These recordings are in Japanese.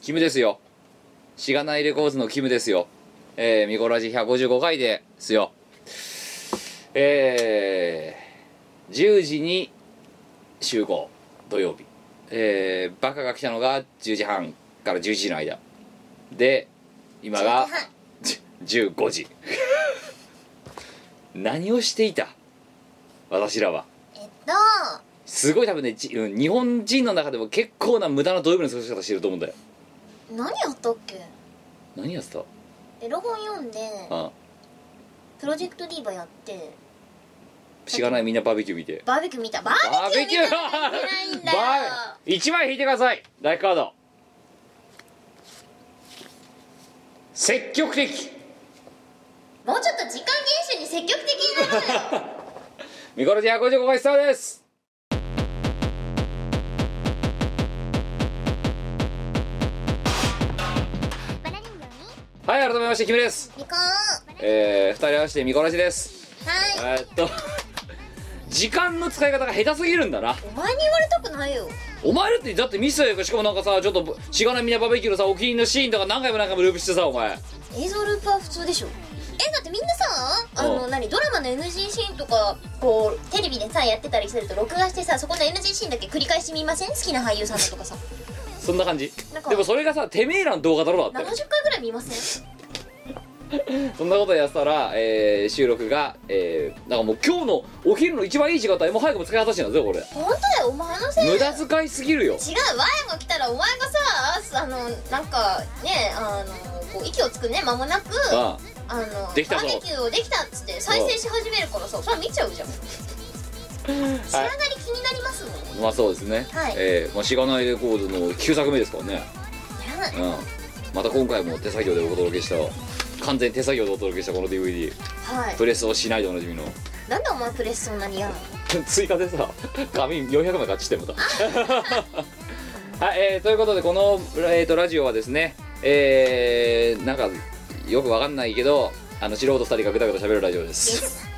キムですよ。しがないレコーズのキムですよ。えー、ミコラジ155回ですよ。えー、10時に集合、土曜日。えー、バカが来たのが10時半から11時の間。で、今が15時。 何をしていた私らは。えっとすごい多分ね、じうん日本人の中でも結構な無駄な土曜日の過ごし方してると思うんだよ。何やったっけ何やってたエロ本読んであプロジェクトディーバやってしがないみんなバーベキュー見てバーベキュー見たババーーベベキキュューー見たらいけないんだよバー1枚引いてくださいライフカード積極的もうちょっと時間厳守に積極的にな るミコロジー155回スタートですバラ人形にはい改めましてキムです行こうえー、2人合わせてミコラジですえはいー、っと時間の使い方が下手すぎるんだなお前に言われたくないよお前だってだってミスしかもなんかさちょっとしがないみんなバーベキューのさお気に入りのシーンとか何回も何回もループしてさお前映像ループは普通でしょえだってみんなさあうのん何ドラマの NG シーンとかこうテレビでさやってたりすると録画してさそこの NG シーンだけ繰り返し見ません好きな俳優さんだ とかさそんな感じなんかでもそれがさてめえらの動画だろだって70回ぐらい見ませんそんなことやってたら、えー収録が、えー、なんかもう今日のお昼の一番いい時間帯もう早くも使い果たしてんだぜこれ本当だよお前のせいだよ無駄遣いすぎるよ違うワイが来たらお前がさあのなんかねあのこう息をつくね間もなくあああのできたぞバーベキューをできたっつって再生し始めるからさそれ見ちゃうじゃん仕上がり気になりますもんねまあそうですね、はいえーまあ、しがないレコードの9作目ですからねやうんまた今回も手作業でお届けした完全手作業でお届けしたこの DVD はいプレスをしないでおなじみのなんでお前プレスそんなに嫌なの追加でさ紙400枚買っちって またはい、えーということでこの、えー、とラジオはですねえー、なんかよくわかんないけどあの素人2人がぐだぐだ喋るラジオでですす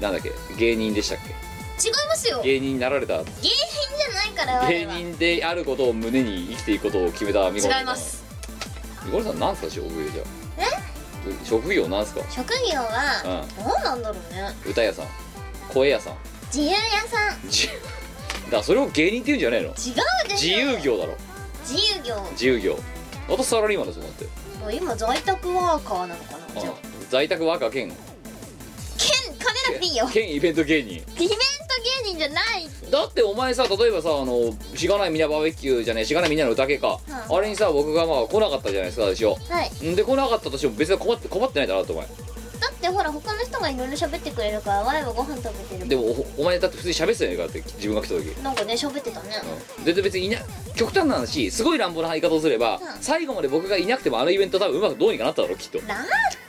なんだっけ芸人でしたっ違いますよけ芸芸人になられた人じゃないから我芸々は違い人であることを胸に生きていくことを決めたみこさんますみこりさんなんすか職業じゃえ職業なんすか職業はうどうなんだろうね歌屋さん声屋さん自由屋さんじ だからそれを芸人って言うんじゃないの違うで自しょ由業だろ自由業自由業私サラリーマンですよだってもう今在宅ワーカーなのかなじゃあうん在宅ワーカー兼兼カメラピーよ兼イベント芸人イベント芸人じゃないだってお前さ例えばさあのしがないみんなバーベキューじゃねえしがないみんなの宴か、うんあれにさ僕がまあ来なかったじゃないですか私をはいんで来なかったとしても別に困って困ってないだろってお前だってほら他の人がいろいろ喋ってくれるから我はご飯食べてるでもおお前だって普通に喋ってたよねだって自分が来た時、なんかね喋ってたねうん、で別にいな極端な話すごい乱暴な言い方をすれば、うん最後まで僕がいなくてもあのイベント多分うまくどうにかなっただろうきっとなっ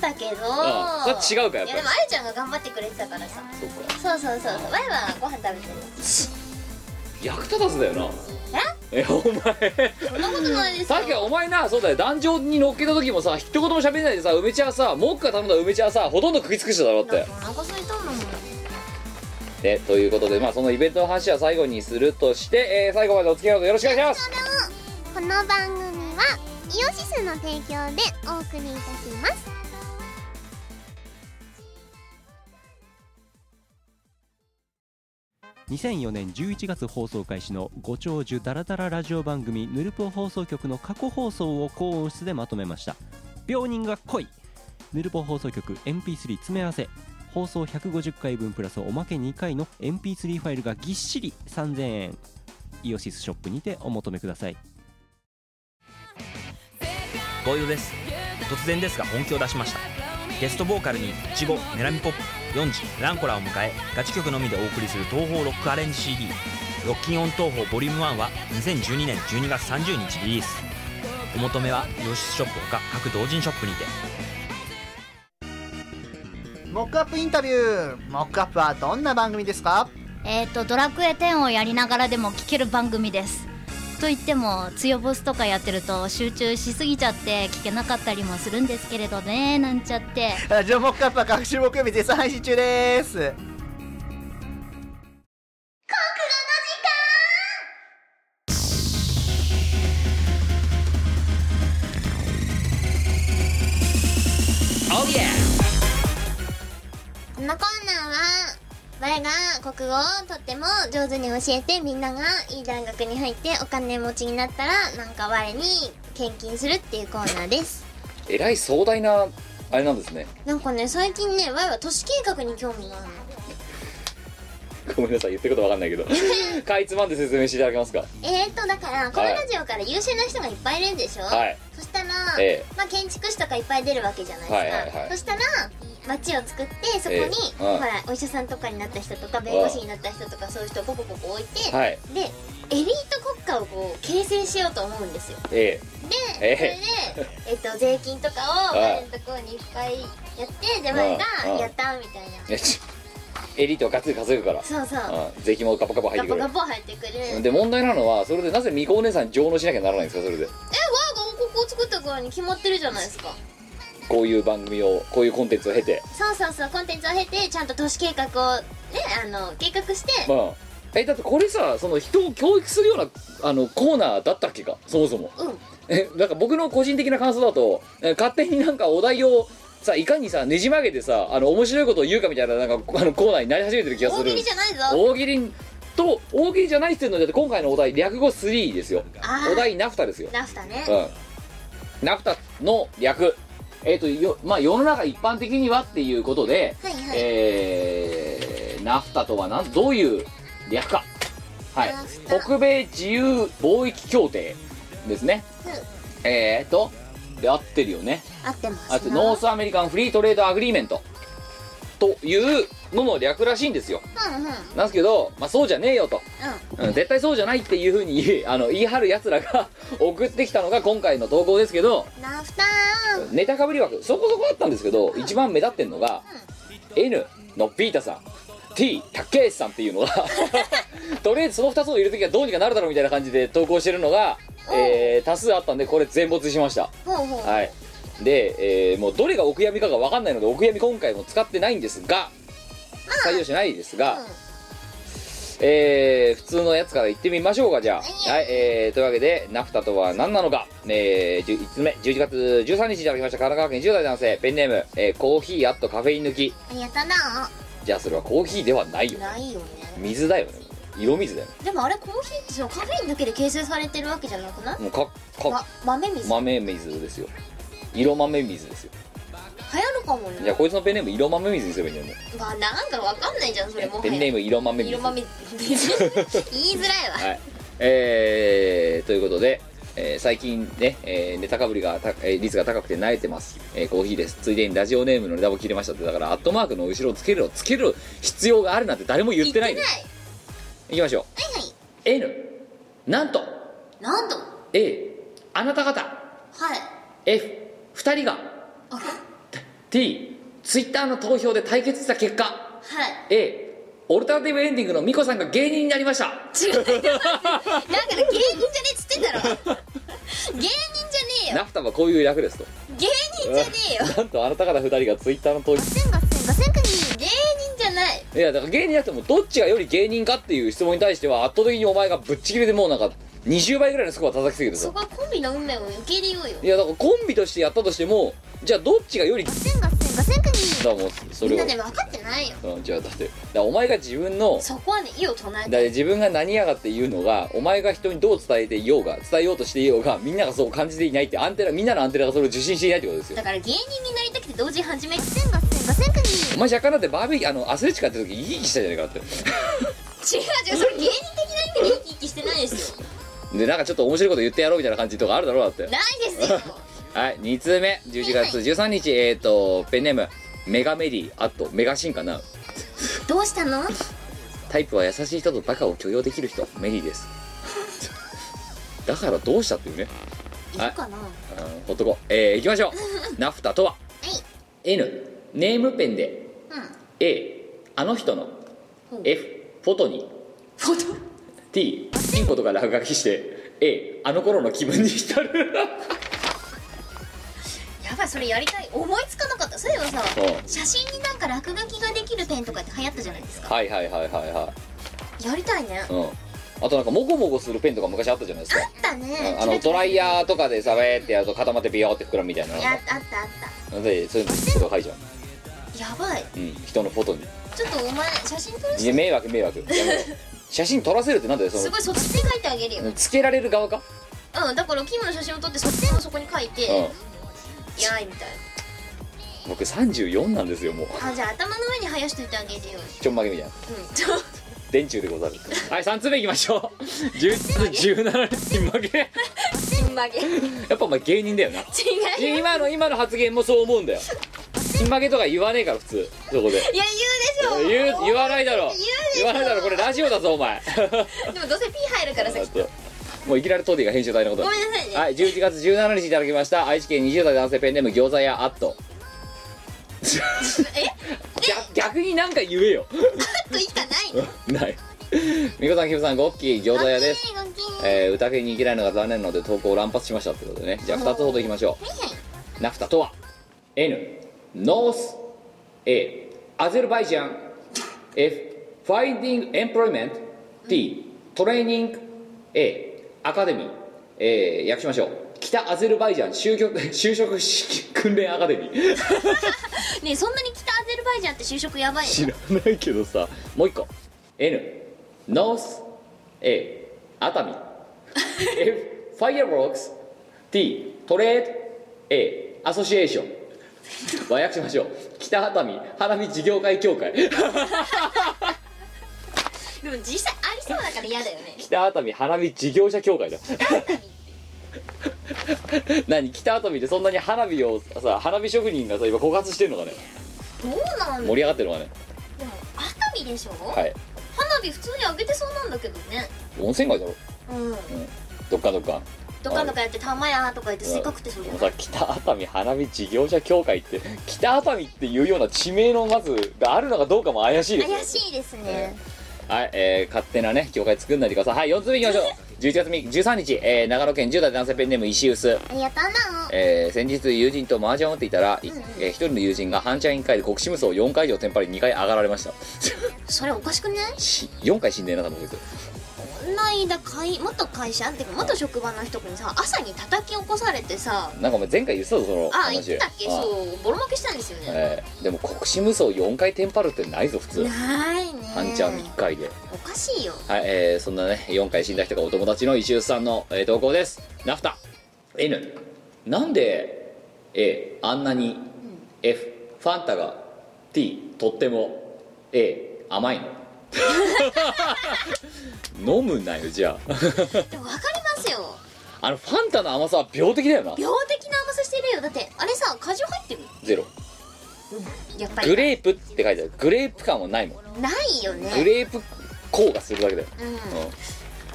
たけどそれは違うかやっぱりいやでもあゆちゃんが頑張ってくれてたからさそっかそうそうそうそうわいはご飯食べてる役立たずだよなええお前そんなことないですよさっきはお前なそうだよ壇上に乗っけた時もさ一言も喋んないでさ梅茶はさモックが頼んだ梅茶はさほとんど食い尽くしただろうっだてってお腹空いたんだもんでということでまあそのイベントの話は最後にするとして、えー最後までお付き合いをよろしくお願いしますこの番組はイオシスの提供でお送りいたします2004年11月放送開始のご長寿ダラダララジオ番組「ヌルポ放送局」の過去放送を高音質でまとめました病人が来いヌルポ放送局 MP3 詰め合わせ放送150回分プラスおまけ2回の MP3 ファイルがぎっしり3000円イオシスショップにてお求めくださいボイドです突然ですが本気を出しましたゲストボーカルにイチゴメラミポップ4時ランコラを迎えガチ曲のみでお送りする東方ロックアレンジ CD「ロッキンオン東方ボリューム1は2012年12月30日リリースお求めは洋室ショップほか各同人ショップにてモックアップインタビューモックアップはどんな番組ですかえっ、と「ドラクエ10」をやりながらでも聴ける番組です。と言っても強ボスとかやってると集中しすぎちゃって聴けなかったりもするんですけれどねなんちゃってラジオモックアップは各種木曜日絶賛配信中ですのコーナーは我が国語をとっても上手に教えてみんながいい大学に入ってお金持ちになったらなんか我に献金するっていうコーナーですえらい壮大なあれなんですね なんかね最近ね我は都市計画に興味があるのごめんなさい言ってることわかんない けどかいつまんで説明していただけますかえー、っとだからこのラジオから優秀な人がいっぱいいるんでしょ、はいそしたら、えまあ、建築士とかいっぱい出るわけじゃないですか、はいはいはいそしたら町を作ってそこに、ええうんほらお医者さんとかになった人とか弁護士になった人とかそういう人をポコポコ置いて、はいでエリート国家をこう形成しようと思うんですよえで、ええそれで、えっと、税金とかをはい我のところにいっぱいやってで我うんうがんやったみたいなえちエリートはガッツリ稼ぐからそうそううん税金もガパガパ入っガてくポるガポ入ってくるえ我がで問題なのはそれでなぜみこお姉さんに上納しなきゃならないんですかそれで王国を作った頃に決まってるじゃないですかこういう番組をこういうコンテンツを経てそうそうそうコンテンツを経てちゃんと都市計画をねあの計画してまあえだってこれさその人を教育するようなあのコーナーだったっけかそもそもうんえなんか僕の個人的な感想だとえ勝手になんかお題をさいかにさねじ曲げてさあの面白いことを言うかみたいななんかあのコーナーになり始めてる気がす大る喜利じゃないぞ大喜利と大喜利じゃないっていうのでだって今回のお題略語3ですよあーお題ナフタですよラフタねうん、ナフタの略えっ、とよまあ世の中一般的にはっていうことで、はいはい、えーナフタとはなんどういう略かはいナフタ北米自由貿易協定ですね、えー、っとで合ってるよね合ってますあとノースアメリカンフリートレードアグリーメントというのの略らしいんですようんうんうんなんですけど、まあ、そうじゃねえよと、うん絶対そうじゃないっていうふうに言いあの言い張るやつらが 送ってきたのが今回の投稿ですけどラフタネタかぶり枠そこそこあったんですけど一番目立ってんのが N のピータさん T 竹内さんって いうのがとりあえずその2つを入れるときはどうにかなるだろうみたいな感じで 投稿してるのが、えー多数あったんでこれ全没しましたほうほうはいで、えーもうどれがお悔やみかが分かんないのでお悔やみ今回も使ってないんですが採用しないですが、うんえー普通のやつから言ってみましょうかじゃあ、はいえーというわけでナフタとは何なのか、えー、1つ目11月13日にいただきました神奈川県10代男性ペンネーム、えーコーヒーあとカフェイン抜きありがとうなじゃあそれはコーヒーではないよないよね水だよね色水だよねでもあれコーヒーってそのカフェインだけで形成されてるわけじゃなくない、もうかまか、豆水流行豆水ですよ色豆水ですよるかもじゃねあこいつのペンネーム色豆水にすればいいんじゃまあなんかわかんないじゃんそれないもペンネーム色豆水色豆言いづらいわはい、えー、ということで、えー最近ね、えーネタかぶりがた、えー率が高くて慣れてます、えーコーヒーですついでにラジオネームのネタも切れましたってだからアットマークの後ろをつけるをつける必要があるなんて誰も言ってない言っていきましょないはいう N なんとなんと A あなた方はい F 二人が T ツイッターの投票で対決した結果はい A オルタナティブエンディングのミコさんが芸人になりました違うだから芸人じゃねえっつってんだろ 芸人じゃねえよナフタはこういう略ですと芸人じゃねえよなんとあなた方二人がツイッターの投票千五千五千国芸人じゃないいやだから芸人だってもうどっちがより芸人かっていう質問に対しては圧倒的にお前がぶっちぎりでもうなんか20倍ぐらいのスコア叩きすぎてさそこはコンビの運命を受け入れようよいやだからコンビとしてやったとしてもじゃあどっちがよりだ千五千五千国もうそみれんなをで分かってないようんじゃあだってだからお前が自分のそこはね意を唱えだてって自分が何やがって言うのがお前が人にどう伝えていようが伝えようとしていようがみんながそう感じていないってアンテナみんなのアンテナがそれを受信していないってことですよだから芸人になりたくて同時に始め千五千五千国お前若干だってバーベキューあのアスレチックやってる時生き生きしたじゃないかって違う違うそれ芸人的な意味で生き生きしてないですよでなんかちょっと面白いこと言ってやろうみたいな感じとかあるだろうだってないですよはい、2通目11月13日、えっ、とペンネームメガメリーあとメガシンかなどうしたのタイプは優しい人とバカを許容できる人メリーです だからどうしたっていうねいるかなあのほっとこうえー、いきま しょうナフタとは、N ネームペンで、A あの人の、F フォトにフォト T ピンコとか落書きして A あの頃の気分に浸 るやばいそれやりたい思いつかなかったそういえばさうん写真になんか落書きができるペンとかって流行ったじゃないですかはいはいはいはいはいやりたいねうん、あとなんかモコモコするペンとか昔あったじゃないですか、あったねうんあのドライヤーとかでさべーってやると固まってビヨーって膨らむみたいなのやあったあったでそういうのそれをはいじゃんややばいうん、人のフォトにちょっとお前写真撮らいせやて迷惑迷惑やめろ写真撮らせるってなんだよそすのごいそっちで書いてあげるよつけられる側かうんだからキムの写真を撮ってそっちのそこに書いて「うんやい」みたい僕34なんですよもうなあじゃあ頭の上に生やしといてあげるよちょんまげみたいなうんちょ電柱でござるはい3つ目いきましょう10つ17ちんまげやちんまげ違いっぱお前芸人だよなますいや今の今の発言もそう思うん だよちんまげとか言わねえから普通そこで言うでしょ言う言わないだろ言わないだろこれラジオだぞお前でもどうせピー入るからさきっともういきなりトディが編集隊のことごめんなさいね、はい、11月17日いただきました愛知県20代男性ペンネーム餃子屋アットえ 逆逆になんか言えよ ちょっといいかないのないみこさんきむさんごっき餃子屋ですごきげんえー、歌フェに行けないのが残念なので投稿を乱発しましたってことでねじゃあ2つほどいきましょうナフタとは N ノース A アゼルバイジャン F ファインディングエンプロイメント T トレーニング A アカデミー、えー、訳しましょう北アゼルバイジャン就職 就職式訓練アカデミーねえそんなに北アゼルバイジャンって就職やばい知らないけどさもう一個 N ノース A 熱海 F ファイアボックス T トレード A アソシエーション和訳しましょう北熱海花見事業会協会でも実際ありそうだから嫌だよね北熱海花見事業者協会だ何北熱海でそんなに花火をさ花火職人がさ今枯渇してるのかねどうなん盛り上がってるのかねでも熱海でしょ、はい花火普通に上げてそうなんだけどね温泉街だろうんどっかどっかドカンドカンやって「たまや」とか言ってせっかくってそうじでゃもないさ北熱海花火事業者協会って北熱海っていうような地名のまずがあるのかどうかも怪しいですね怪しいですねはい、えー、勝手なね協会作んないでくださいはい4つ目いきましょう11月3 13日、えー長野県10代男性ペンネーム石臼ありがとうなえー先日友人と麻雀を打っていたら、いえー一人の友人が半チャン1回で国士無双4回以上テンパり2回上がられましたそれおかしくないし4回死んでえな多分こいつこの間会元会社ってか元職場の人にさ朝に叩き起こされてさなんかお前前回言ってたぞそのあ話言ってたっけああそうボロ負けしたんですよねえーでも国士無双4回テンパるってないぞ普通ないね半チャン1回でおかしい よはい、えー、そんなね4回死んだ人がお友達の石臼さんの、えー投稿ですナフタ N なんで A あんなに、F ファンタが T とっても A 甘いの 飲むなよじゃでも分かりますよああのファンタの甘さは病的だよな病的な甘さしてるよだってあれさ果汁入ってるゼロやっぱグりレープって書いてあるグレープ感はないもんないよねグレープ効がするだけだよ、うんうん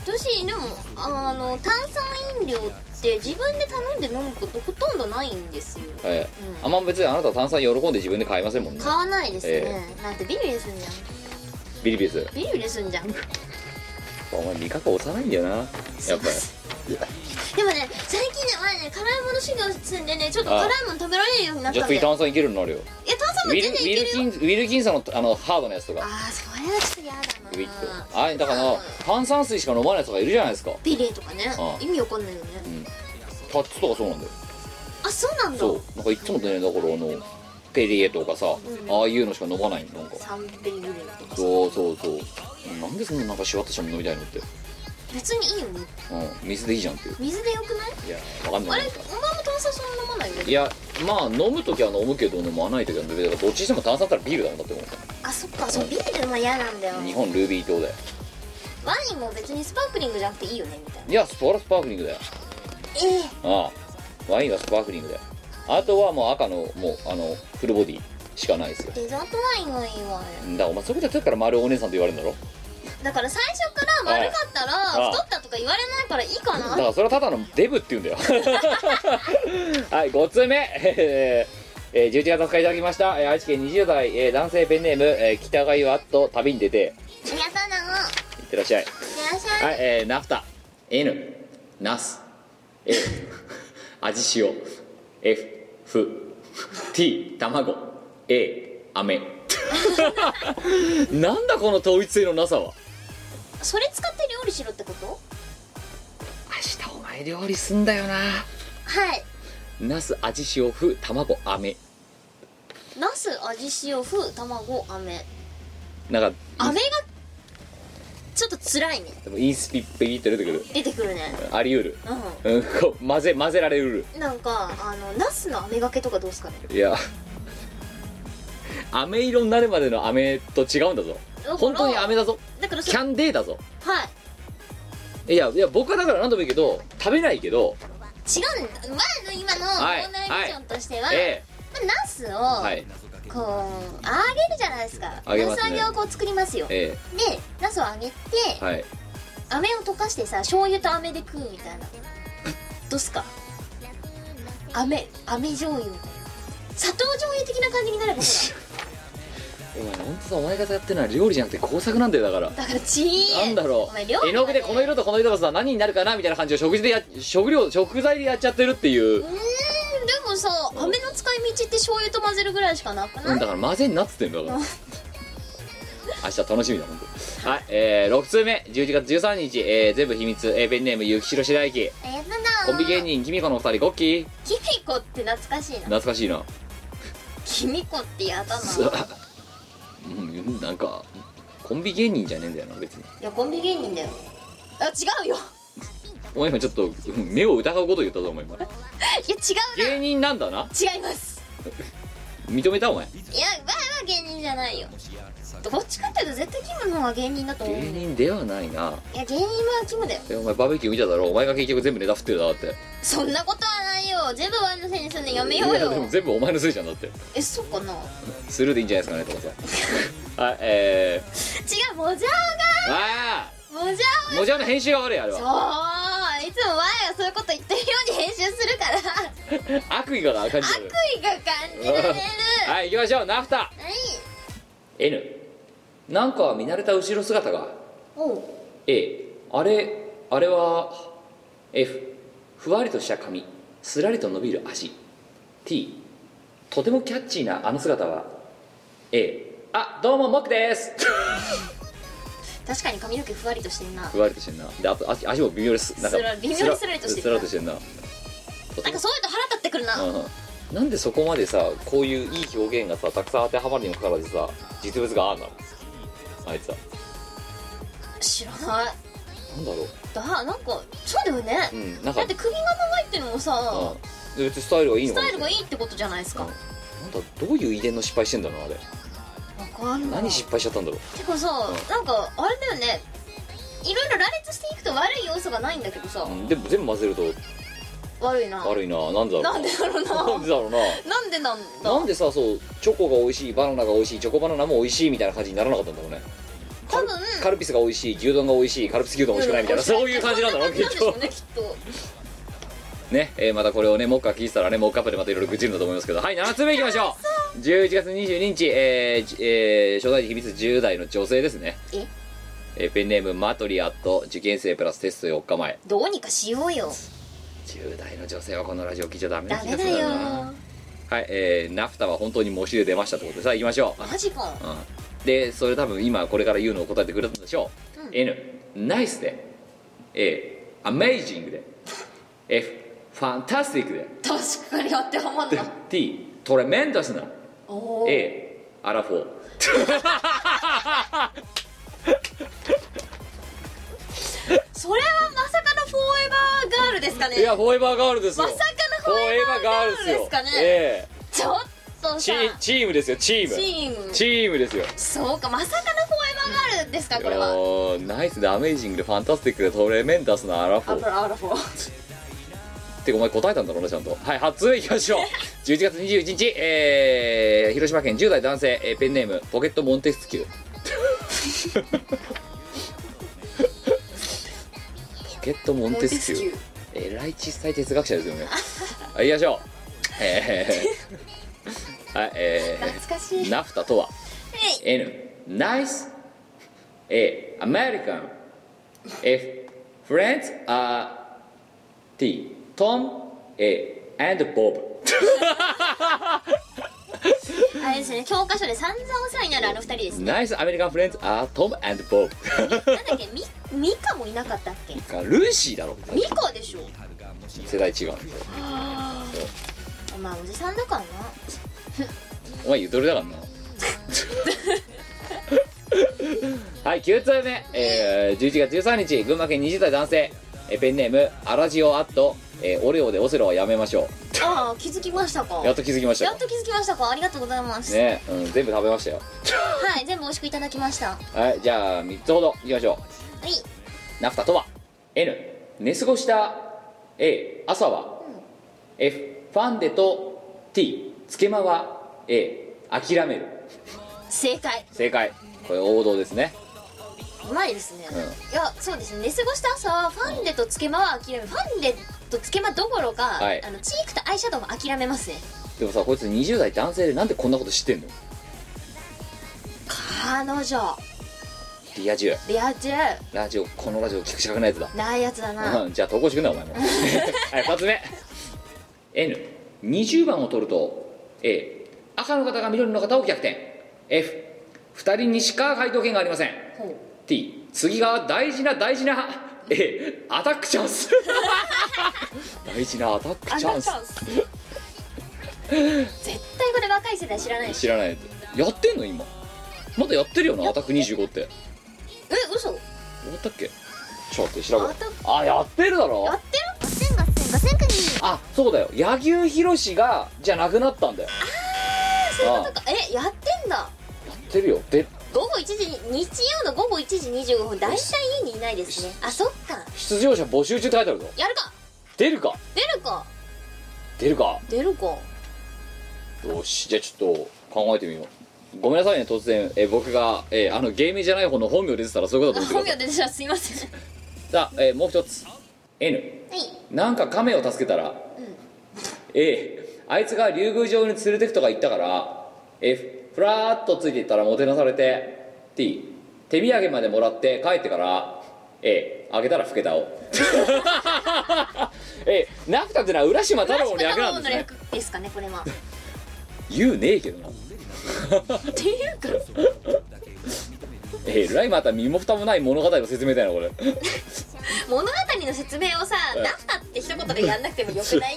私でもあの炭酸飲料って自分で頼んで飲むことほとんどないんですよえーうんあんま別にあなたは炭酸喜んで自分で買いませんもんね買わないですね、なんてビリビリすんじゃんビリビリするビリビリすんじゃんでもお前味覚幼いんだよなやっ ぱりね最近ね前ね辛いもの修行すんでねちょっと辛いもの食べられるようになっじゃあたんで次いや炭酸いけるようになるよ炭酸ウもィ全ルウ然ィいけルるキよンウィルキンソンのあのハードなやつとかああそれはちょっと嫌だウィッなトあだから炭酸水しか飲まないやつとかいるじゃないですかビリとかねああ意味わかんないよねタッツとかそうなんだよあそうなんだそうなんかいつもねだからあのペリエとかさああいうのしか飲まないのなんか三ビリビリとかそうそうそうなんでそんななんかシュワッとしたもの飲みたいのって、別にいいよねうん、水でいいじゃんっていう水でよくないいやわかんあないれなんおか前も炭酸そんな飲まないよいねやまあ飲む時は飲むけど飲まない時は飲むけどどっちにしても炭酸だったらビールだもんだって思うあそっかそうビールも嫌なんだよ日本ルービー島でワインも別にスパークリングじゃなくていいよねみたいないやスパラスパークリングだよええああワインはスパークリングだよあとはもう赤のもうあのフルボディしかないですよデザートワインがいいわだからお前そこでだから丸お姉さんと言われるんだろだから最初から丸かったらああ太ったとか言われないからいいかだなからそれはただのデブって言うんだよ はい5つ目 えーえー11月2日いただきました、えー愛知県20代、えー男性ペンネーム、えー北がゆあっと旅に出てありがとうないってらっしゃいいらっしゃいはいえーナフタ N ナス A 味塩 F ふ T 卵 A 飴 なんだこの統一性のなさはそれ使って料理しろってこと明日お前料理すんだよなはいナス味塩ふ卵飴ナス味塩風卵飴なんか飴がちょっと辛いねでもインスピッピーって出てくる出てくるねあり得るううんこう混ぜ混ぜられうるんなんかあのナスの飴がけとかどうすかねいや飴色になるまでの飴と違うんだぞら本当に飴だぞだからキそャンデーだぞはいいやいや僕はだから何度も言うけど食べないけど違うんだまず今のはい問題ビジョンとしては、えまあナスを、えはいこう揚げるじゃないですか揚げますナスね揚げをこう作りますよでえナスを揚げてえはい飴を溶かしてさ醤油と飴で食うみたいなどうすか飴飴醤油みたいな砂糖醤油的な感じになればほお前本当さお前がやってるのは料理じゃなくて工作なんだよだかららだからちーなんだろお前料う理絵の具でこの色とこの色がさ何になるかなみたいな感じを食事でや食料食材でやっちゃってるっていううーんでもさ飴の使い道って醤油と混ぜるぐらいしかなくない、うんだから混ぜんなっつってんだから明日楽しみだ本当。はいえー、6通目11月13日、えー、全部秘密、えー、ペンネーム雪代白雪あやだなコンビ芸人キミコのお二人ゴッキーキミコって懐かしいな懐かしいなキミコってやだなうんなんかコンビ芸人じゃねえんだよな別にいやコンビ芸人だよあ違うよお前今ちょっとうん目を疑うこと言ったぞお前今いや違芸人なんだなう違います認めたお前いやわいは芸人じゃないよどっちかっていうと絶対キムの方が芸人だと思う芸い人ではないなや芸人はキムだよえお前バーベキュー見ただろお前が結局全部ネタ振ってるだろってそんなことはないよ全部ワイのせいにするのやめよいうやでもよ全部お前のせいじゃんだってえそうかな違スルーでいいんじゃないですかねとかさ はいえー、うモジャあオがモジあもじゃの編集が悪いあれャオはそういつもワイがそういうこと言ってるように編集するから悪意がな感じる悔いが感じられる はい行きましょうナフタはい N なんか見慣れた後ろ姿がおう A あれあれは F ふわりとした髪すらりと伸びる足 T とてもキャッチーなあの姿は A あどうもモックです確かに髪の毛ふわりとしてんななんかふわりとしてんなであと足足も微妙ですなんかすら微妙にすらりとしてるすらりとしてんなそういうと腹立ってくるな、うんなんでそこまでさこういういい表現がさたくさん当てはまるにもかかわらずさ実物があんなのあいつは知らないなんだろうだなんかそうだよね、うんなんかだって首が長いってのもさ、うんで別にスタイルがいいのスかタイルがいいいってことじゃないですか、うんなんだどういう遺伝の失敗してんだろうなあれわかんない何失敗しちゃったんだろうてかさ、なんかあれだよねいろいろ羅列していくと悪い要素がないんだけどさ、うんでも全部混ぜると悪いな悪いななんでだろうなんでだろう ななんでだろうななんでなんだなんでさそうチョコが美味しいバナナが美味しいチョコバナナも美味しいみたいな感じにならなかったんだろうね多分カルピスが美味しい牛丼が美味しいカルピス牛丼美味しくないみたいなそういう感じなんだろうききっっととねきっとね、えーまたこれをねモッカー聞いてたらねモッカップでまたいろいろ愚痴るんだと思いますけどはい7つ目いきましょう11月22日、えーじえー初代秘密10代の女性ですねええーペンネームマトリアット受験生プラステスト4日前どうにかしようよ10代の女性はこのラジオ聞いちゃダメなダ気メがすだるよなはいえー、ナフタは本当に模試で出ましたってことでさあ行きましょうマジかうんでそれ多分今これから言うのを答えてくれたんでしょう、N ナイスで A アメイジングで F ファンタスティックで確かに当てはまんな T トレメンダスなおお A アラフォーそれはまさかのフォーエバーガールですかねいやフォーエバーガールですよまさかのフォーエバーガールですかねフォーエバーガールですよええちょっとさチーチームですよチームチームチームですよそうかまさかのフォーエバーガールですかこれあはのーナイスでアメイジングでファンタスティックでトレメンダスなアラフあォーらあらほらってお前答えたんだろうなちゃんとはい8つ目いきま しょう11月21日、えー、広島県10代男性、えーペンネームポケットモンテスキューポケットモンテスキューえらい小さい哲学者ですよねはい行きましょうえーはいえー懐かしいナフタとは N ナイス A アメリカン F フレンズ R T トム A and ボブあれですね教科書で散々お世話になるあの二人ですねナイスアメリカンフレンズ R トム and ボブなんだっけみミカもいなかったっけ ルーシーだろミカでしょ世代違う まあおじさんだからなお前ゆとりだからな はい9通目、えー、11月13日群馬県20代男性えーペンネームアラジオアット、えーオレオでオセロはやめましょああ気づきましたかうやっと気づきましたやよっと気づきましたかありがとうございます、ね、うん、全部食べましたよはい全部美味しくいただきましたはいじゃあ3つほどいきましょはいうナフタとは N 寝過ごした A 朝は、F ファンデと T つけまは A 諦める正解正解これ王道ですねうまいですね、うんいやそうですね寝過ごした朝はファンデとつけまは諦めファンデとつけまどころか、はいあのチークとアイシャドウも諦めますねでもさこいつ20代男性でなんでこんなこと知ってんの彼女リア充リア充ラジオこのラジオ聞くしかないやつだないやつだな、うんじゃあ投稿してくんなお前 もはい2つ目 N20 番を取ると A 赤の方が緑の方を逆転 F2 人にしか回答権がありませんほう T 次が大事な大事な A アタックチャン ス大事なアタックチャンスあチャンス 絶対これ若い世代知らないし知らないやってんの今まだやってるよなアタック25ってえ嘘や終わったっけちょっと待って調べようアタッあやってるだろってるあそうだよ柳生博がじゃなくなったんだよそういうことかえやってんだやってるよで午後1時に日曜の午後1時25分大体家にいないですねあそっか出場者募集中って書いてあるぞやるか出るか出るか出るか出るかよしじゃあちょっと考えてみようごめんなさいね突然え僕が、えあの芸名じゃない方の本名出てたらそういうことだと思本ってく名だ出てたらすいませんさいさあ、えもう一つ N はいなんか亀を助けたら、A あいつが竜宮城に連れてくとか言ったから F ふらーっとついていったらもてなされて T 手土産までもらって帰ってから A あげたら老けたを えナフタってのは浦島太郎の略なんですね楽ですかねこれはっ言うねえけどなていうかえらいまた身も蓋もない物語の説明だよなこれ物語の説明をさ「ナフタ」って一言でやんなくてもよくない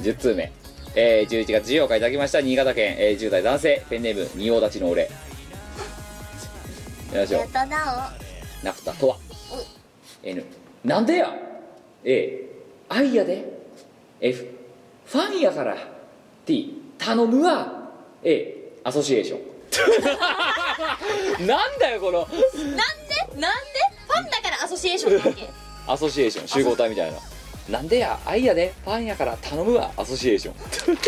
10通目、えー、11月14日いただきました新潟県、えー10代男性ペンネーム仁王立ちの俺よいしょやったなナフタとは N なんでや A 愛やで F ファンやから T 頼むわ A アソシエーショ ンなんだよこのなんでなんでファンだからアソシエーションだっけアソシエーション集合体みたいななんでや愛やでファンやから頼むわアソシエーション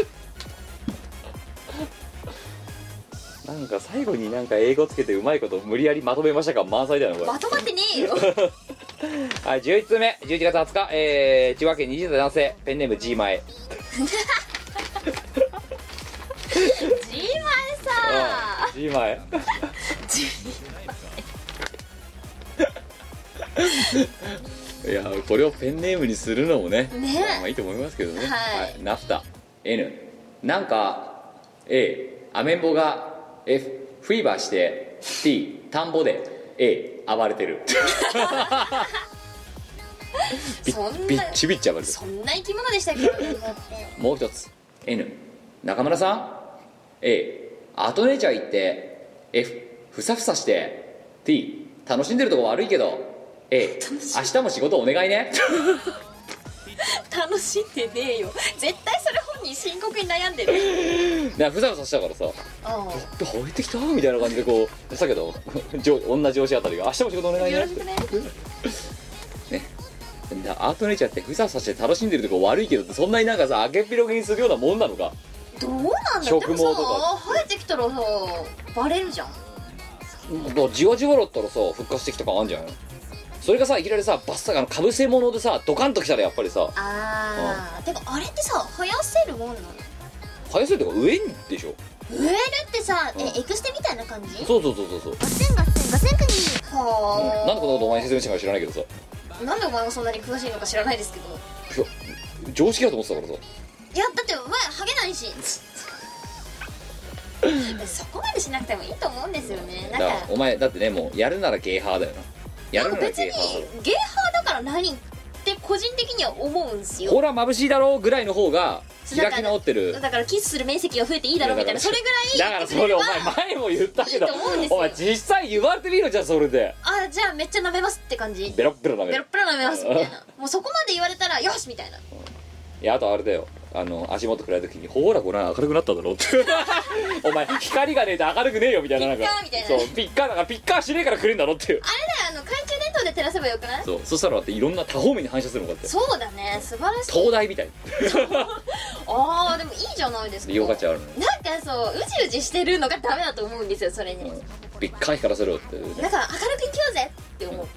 なんか最後になんか英語つけてうまいこと無理やりまとめましたか満載だよねこれまとまってねえよはい、11通目、11月20日、えー、千葉県20代男性、ペンネーム G 前。自前さ G 前。いや、これをペンネームにするのもね、ねまあいいと思いますけどね。はいナフタ、N、なんか、A、アメンボが、F、フィーバーして、T、田んぼで、A、暴れて る。びそんなびっちびっち暴れてる。そんな生き物でしたっけもう一つ N 中村さん A アートネイチャー行って F ふさふさして T 楽しんでるとこ悪いけど A 明日も仕事お願いね楽しんでねえよ絶対それ本人深刻に悩んでるなふさふさしたからさあ「で生えてきた?」みたいな感じでこうしたけど 上女上司あたりが「明日も仕事お願いね」よろっしてくねなアートネイチャーってふさふさして楽しんでるとこ悪いけどってそんなになんかさあけっぴろげにするようなもんなのかどうなんだ植毛とかでもさ生えてきたらさバレるじゃんだからじわじわだったらさ復活してきた感あんじゃんそれがさいきなりさバッサあのかぶせ物でさドカンときたらやっぱりさあーてかあれってさ生やせるもんなの早すぎとか上にでしょ植えるってさうんえエクステみたいな感じそうそうそうそうそう、はなんでこんなことお前に説明したか知らないけどさあなんでお前がそんなに詳しいのか知らないですけど常識だと思ってたからさいやだってお前ハゲないしそこまでしなくてもいいと思うんですよねなだかんからお前だってねもうやるならゲーハーだよなやなるんなから別ゲーにハーだゲーハーだから何って個人的には思うんすろほよら眩しいだろうぐらいの方が開き直ってるだからキスする面積が増えていいだろうみたいなそれぐらだいからそれお前前も言ったけどいいと思うんですよお前実際言われてみろじゃんそれであじゃあめっちゃ舐めますって感じベロッベロだめベロッベロ舐めますみたいなもうそこまで言われたらよしみたいないやあとあれだよあの足元暗い時に「ほらご覧明るくなっただ ろ」ってお前光がねえと明るくねえよみたいななんかピッカーみたいなそうピッカーだからピッカーしねえからくれんだろっていうあれだよあの懐中電灯で照らせばよくないそうそしたらだっていろんな多方面に反射するのかってそうだね素晴らしい灯台みたいああでもいいじゃないですかで洋菓子あるのなんかそううじうじしてるのがダメだと思うんですよそれに、うんピッカー光らせろっていうねなんか明るく生きようぜって思う、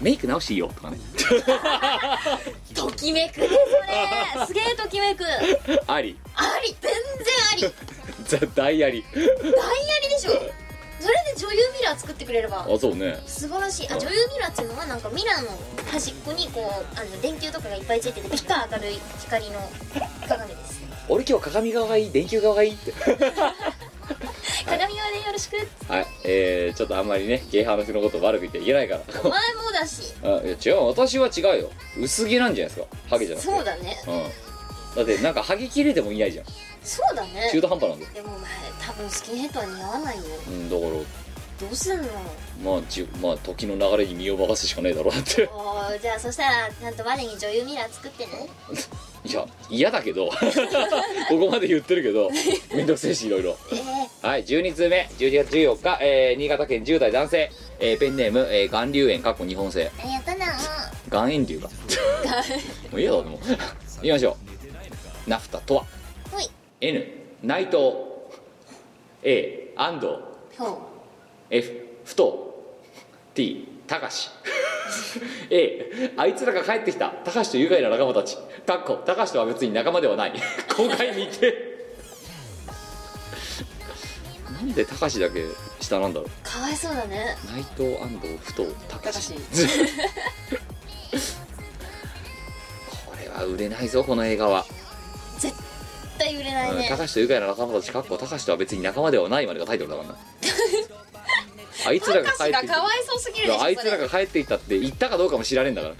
メイク直していいよとかね ときめくですねすげえときめくありあり全然あり絶対あり大ありでしょそれで女優ミラー作ってくれればあそうね素晴らしいあ女優ミラーっていうのはなんかミラーの端っこにこうあの電球とかがいっぱいついててピッカー明るい光の鏡です俺今日鏡側がいい電球側がいいって鏡用でよろしくはい、えー、ちょっとあんまりね、ゲイ派の人のことを悪く言っちゃいけないかお前もだしら。 あいや違う、私は違うよ。薄毛なんじゃないですか。ハゲじゃなくて。そうだねうん。だってなんかハゲ切れてもいないじゃん。そうだね中途半端なんだよ。でもお前多分スキンヘッドは似合わないようん、だから、どうすんのまあ、じまあ、時の流れに身を任すしかねえだろうなって。おーじゃあそしたらちゃんと我に女優ミラー作ってねいや、嫌だけど、こ こまで言ってるけど、めんどくせえし、いろいろ。ええはい、12通目、12月14日、えー、新潟県10代男性、えー、ペンネーム、えー、岩流炎、かっこ日本製。ありがとな岩塩流かもういいやろでも言いましょうナフタとはほい N 内藤 A 安藤ほう F ふと T 高志 A あいつらが帰ってきた高志と愉快な仲間たちかっこ高志とは別に仲間ではない 公開にてなんで高志だけ下なんだろうかわいそうだね内藤安藤ふと高志 これは売れないぞこの映画は、絶対売れないうんね高志と愉快な仲間たちかっこ高志とは別に仲間ではないまでがタイトルだ からなあいつらが帰歌って詞がきかわたいそうすぎるでしょあいつらそがれ帰ってきたって言ったかどうかも知られんだか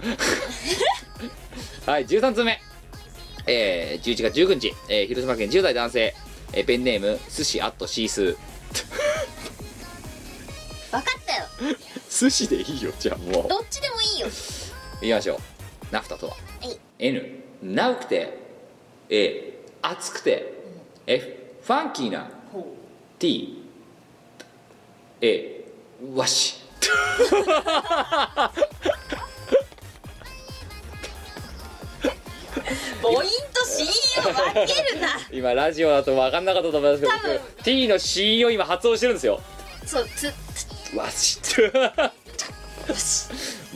らはい13通目えー、11月19日、えー広島県10代男性、えーペンネーム寿司アットシースー分かったよ寿司でいいよじゃあもうどっちでもいいよいきましょうナフタとは、N 長くて A 熱くて、F ファンキーな T A 和紙ポイント C を分けるな今ラジオだと分かんなかったと思いますけど多分僕 T の C を今発音してるんですよそうつつ和紙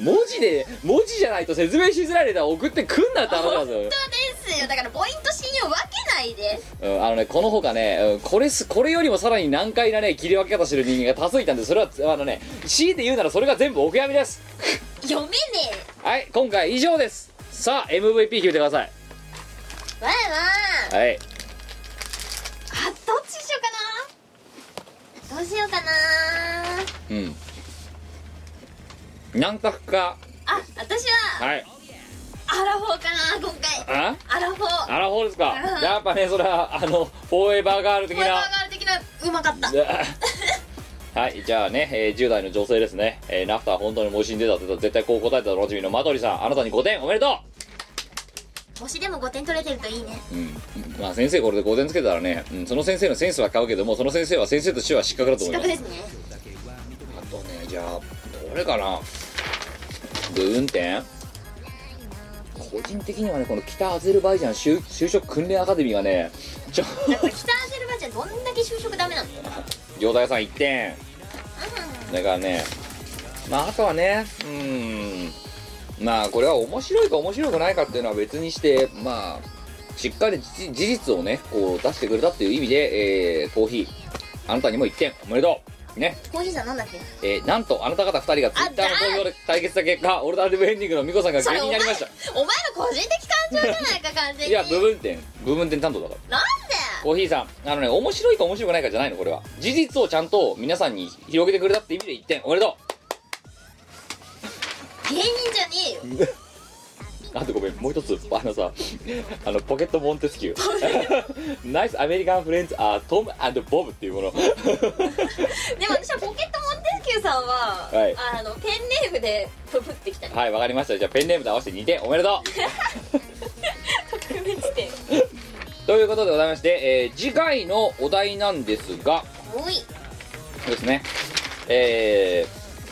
文字で文字じゃないと説明しづらいネタを送ってくんなって話なんですよですよだからポイント C を分けないでうん、あのねこのほかね、うんこれすこれよりもさらに難解なね切り分け方してる人間が多数いたんでそれはあのね強いて言うならそれが全部お悔やみです読めねえはい今回以上ですさあ MVP 決めてくださいわいわいはいあどっちにしようかなどうしようかなうん何択かあ私ははいアラフォーかな今回あアラフォーアラフォーですかうんやっぱねそれはあのフォーエバーガール的フォーエバなーガール的なうまかったじゃあはいじゃあね、えー10代の女性ですね、えーナフター本当に模試に出たって言ったら絶対こう答えたらおなじみのマトリさんあなたに5点おめでとうもしでも5点取れてるといいねうん、まあ先生これで5点つけたらね、うん、その先生のセンスは買うけどもその先生は先生としては失格だと失思いま格すですねあとねじゃあどれかな部運転個人的にはねこの北アゼルバイジャン就就職訓練アカデミーがねちょだから北アゼルバイジャンどんだけ就職ダメなの餃子屋さん1点だからねまああとはねうんまあこれは面白いか面白くないかっていうのは別にしてまあしっかり事事実をねこう出してくれたっていう意味で、えーコーヒーあなたにも1点おめでとうねコーヒーさんなんだっけえーなんとあなた方2人がツイッターの投票で対決した結果オルタナティブエンディングのミコさんがそ芸れ人おに前なおり前まのした個人的感情じゃないか完全にいや部分点部分点担当だからなんでコーヒーさんあのね面白いか面白くないかじゃないのこれは事実をちゃんと皆さんに広げてくれたって意味で1点おめでとう芸人じゃねえよあとごめんもう一つあのさあのポケットモンテスキュ ーナイスアメリカンフレンズあトムボブっていうものでも私はポケットモンテスキューさんは、はいあのペンネームでププって きたはいわかりましたじゃあペンネームと合わせて2点おめでとう特別点ということでございまして、えー次回のお題なんですがおいですねえ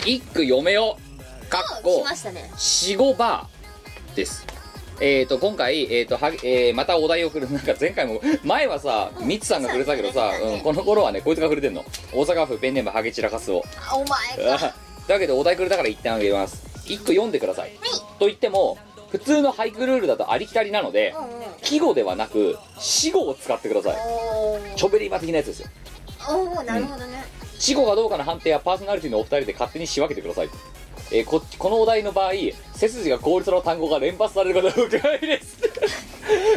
ー、一句読めよかっ来こましたね四五バーですえー、と今回、えーとはえーまたお題をくるなんか前回も前はさミツさんがくれたけどさ、うん、この頃はねこいつがくれてんの大阪府ペンネームハゲチラカスをあお前 だけどお題くれたから一旦あげます一句読んでください、と言っても普通の俳句ルールだとありきたりなので、うんうん季語ではなく死語を使ってくださいおチョベリーマ的なやつですよーおーなるほどね、死語かどうかの判定はパーソナリティのお二人で勝手に仕分けてくださいえーここのお題の場合背筋が凍りそうな単語が連発されることが多くないで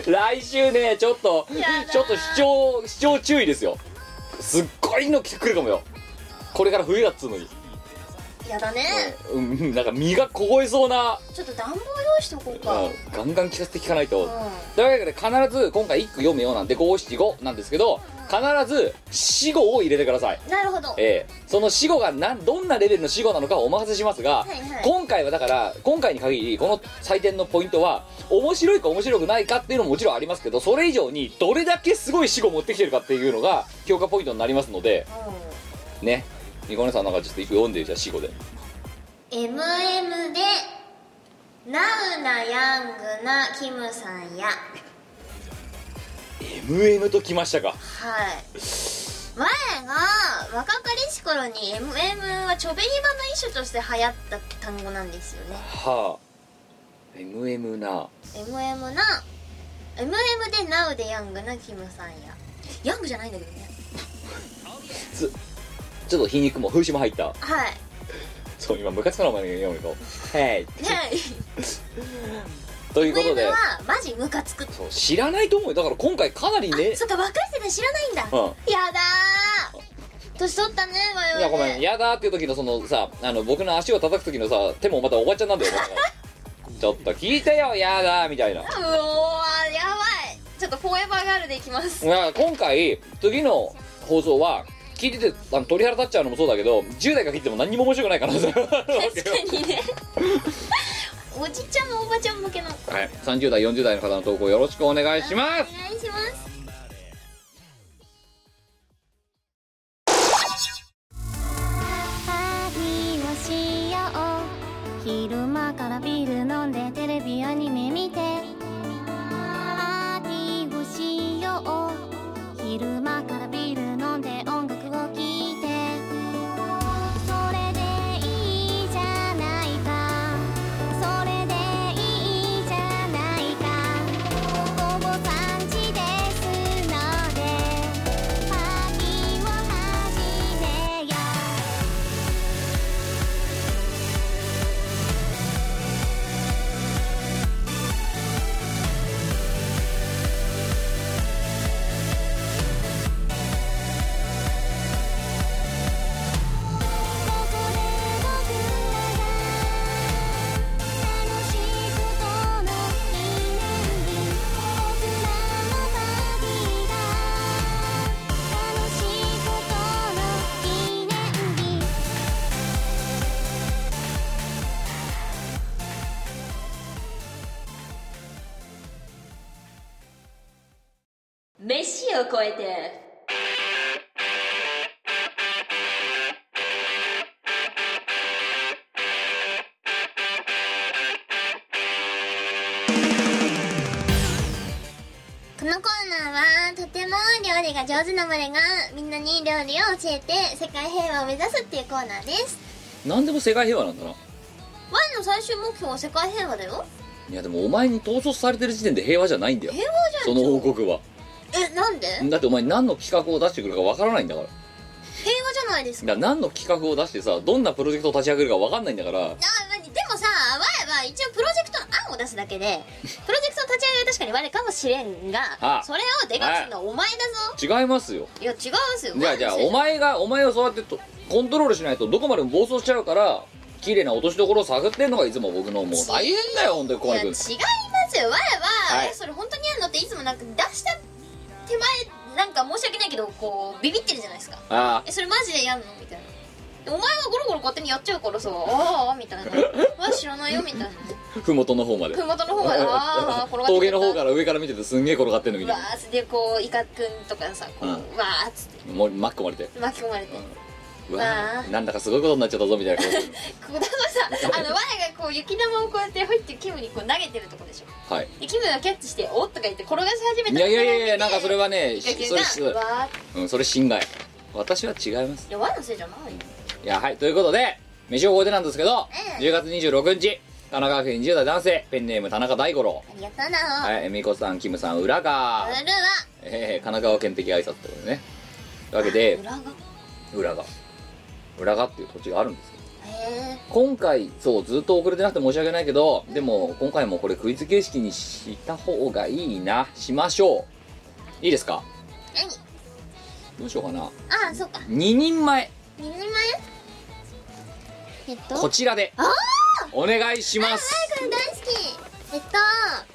す 来週ねちょっとちょっと視聴視聴注意ですよすっごいの来てくるかもよこれから冬だっつうのに、やだねうんうん、なんか身が凍えそうな、ちょっと暖房用意しとこうか、うんガンガン聞かせて聞かないと、というわけで必ず今回一句読めようなんで五七五なんですけど必ず死語を入れてくださいなるほどええその死語がなんどんなレベルの死語なのかはお任せしますが、いはい今回はだから今回に限りこの採点のポイントは面白いか面白くないかっていうのももちろんありますけどそれ以上にどれだけすごい死語を持ってきてるかっていうのが評価ポイントになりますのでねニコネさんなんかちょっと一句読んでじゃあ死語で MM でナウなヤングなキムさんや MM ときましたかはい前が若かりし頃に MM はチョベリバの一種として流行った単語なんですよねはあ MM な MM な MM で Now でヤングなキムさんやヤングじゃないんだけどねちょっと皮肉も風刺も入ったはいそう今昔からお前が読むとはい ねということ MM ではマジムカつくってそう知らないと思うよだから今回かなりねそっか若い世代知らないんだうんやだー年取ったね我々いやごめんやだーっていう時のそのさあの僕の足を叩く時のさ手もまたおばちゃんなんだよだから ちょっと聞いてよやだーみたいなうおーやばいちょっとフォーエバーガールでいき ますだから今回次の放送は聞いててあの鳥肌立っちゃうのもそうだけど10代が聞いても何にも面白くないから確かにねおじちゃんもおばちゃん向けのおはい、30代40代の方の投稿よろしくお願いします願いします旅をしよう昼間からビール飲んでテレビアニメ見てパーティーをしよう昼間からビール飲んで音楽を聴いてそれでいいじゃないかそれでいいじゃないか午後3時ですのでパーティーを始めようここで僕らが楽しくときめくの記念に僕らの旅が楽しくとの記念に飯を超えてこのコーナーはとても料理が上手な我がみんなに料理を教えて世界平和を目指すっていうコーナーです何でも世界平和なんだなワンの最終目標は世界平和だよいやでもお前に統率されてる時点で平和じゃないんだよ平和じゃそんの報告はえなんで平和だってお前何の企画を出してくるかわからないんだからじゃないですかだから何の企画を出してさどんなプロジェクトを立ち上げるかわかんないんだからあまあでもさ我は一応プロジェクトの案を出すだけ でプロジェクトの立ち上げは確かに我かもしれんがあそれをでかくするのはお前だぞ違いますよいや違うんすよじゃあじゃあお前前がお前をそうやってとコントロールしないとどこまでも暴走しちゃうから企綺麗な落としどころを探ってんのがいつも僕のもう大変だよ本当にい小や金違い君ますよわは、はいえそれ本当にやるのっていつもなんか出した手前なんか申し訳ないけどこうビビってるじゃないですかあえそれマジでやんのみたいなお前はゴロゴロ勝手にやっちゃうからさああみたいな「わ知らないよ」みたいなあふもとの方までふもとの方が ああ転がって峠の方がから上から見ててすんげえ転がってんの見てわーっつってこうイカくんとかさこう、うんわーっつってもう巻き込まれて巻き込まれて、うわわあなんだかすごいことになっちゃったぞみたいな顔してここだとさあのわやがこう雪玉をこうやって入ってキムにこう投げてるとこでしょ るはいでキムがキャッチして「おっ」とか言って転がし始めたいやいやいやいや なんかそれははねキャッしそれチがわーってうんそれ侵害私は違いますいやわやのせいじゃないよいやはいということで飯を覚えてなんですけど、うん10月26日神奈川県20代男性ペンネーム田中大五郎ありがとうなはい、みこさん、キムさん、裏がう、るわえー神奈川県的挨拶ってことでね。というわけで、裏が裏が。裏がっていう土地があるんですよへえ今回、そう、ずっと遅れてなくて申し訳ないけど、でも、今回もこれクイズ形式にした方がいいな。しましょう。いいですか何どうしようかな。ああそうか2人前、二人前えっとこちらで、お願いします。大好きえっと、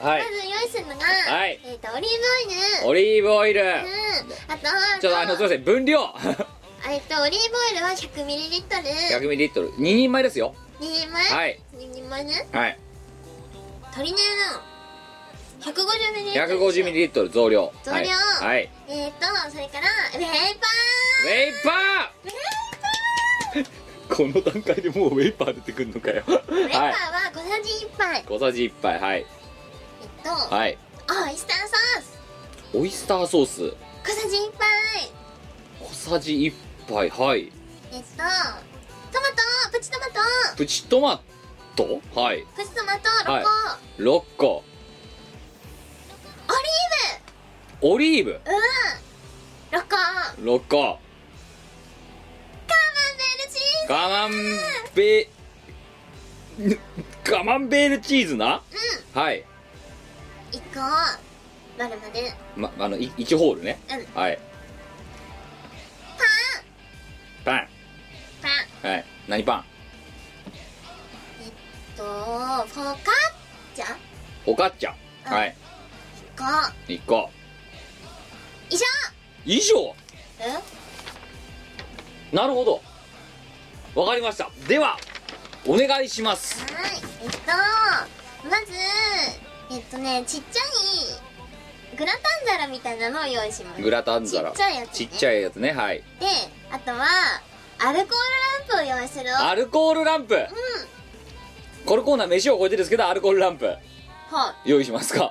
はいまず用意するのが、はいえっとオリーブオイルオリーブオイル。うんあとちょっとあの、すいません、分量。 えっとオリーブオイルは100 100ml2 ミリリットル。2人前ですよ。人前、はい。二人前ねはい。足りねえな 150ml 150ミリリットル増量。増量はいはい。えっとそれからウウェイパェイパー この段階でもうウェイパー出てくるのかよーウェイパーはいは小さじ1杯、小さじ1杯はいえっと、はいオイスターソースオイスターソース小さじ1杯小さじ1杯はいえっとトマトプチトマトプチトマトはいプチトマト6個、はい6個オオリーブリーブ6個カ6個マンベールチーカマンベんカマンベールチーズなはいズ1個丸までまあのい1ホールねうはいパンパンパンはい何パンとフォカッチャおかっちゃうんはい5 1個以上以上えなるほどわかりましたではお願いしますはいえっとまずえっとねちっちゃいグラタン皿みたいなのを用意しますグラタンちっ皿ちゃいやつ、ちね、っちゃいやつねはいであとはアルコールランプを用意するアルコールランプ、このコーナー飯を超えてですけどアルコールランプはい用意しますかは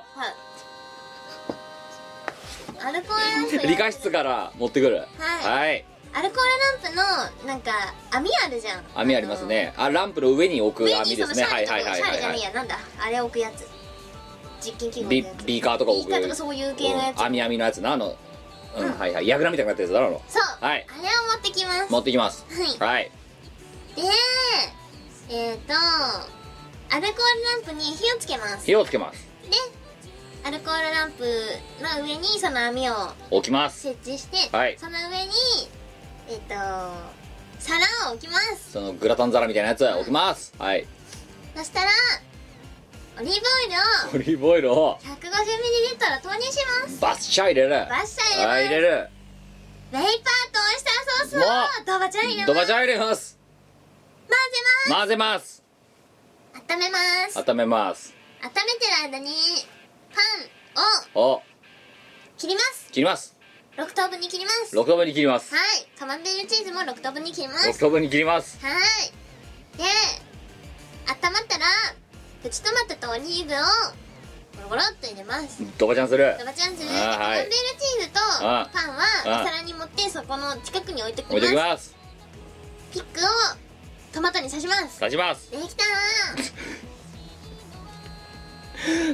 いアルコールランプ用意す る理科室から持ってくるはいはいアルコールランプのなんか網あるじゃん網ありますねあランプの上に置く上網にでそのすシねャーはレいとかはいはいシャーレじゃはねえいやなんだあれ置くやつ実験器具のビやつビーカーとか置ビーカーとくかそういう系のやつ、うん網網のやつなあのうんはいはいやぐらみたいになってるやつだろあのそう、はいあれを持ってきます持ってきますはいはいでえっ、とアルコールランプに火をつけますで火をつけますアルコールランプの上にその網を置きます設置して、はいその上にえっ、と皿を置きますそのグラタン皿みたいなやつ置きますはいそしたらオリーブオイルをオリーブオイルを 150ml 投入しますバッシャー入れるバッシャーあ入入れれまするレイパーとオイスターソースをドバチャ入れますドバチャー入れます混ぜ混ぜますます温めます温温めますめてる間にパンをお切ります切ります6等分に切ります6等分に切りますはいカマンベールチーズも6等分に切ります6等分に切りますはいで温まったらプチトマトとオリーブをゴロゴロっと入れますドバチャンするドバチャンするであーカマンはいベールチーズとあパンはあお皿に盛ってそこの近くに置いてき置まいとすきますピックをトマトに刺します刺しますできたー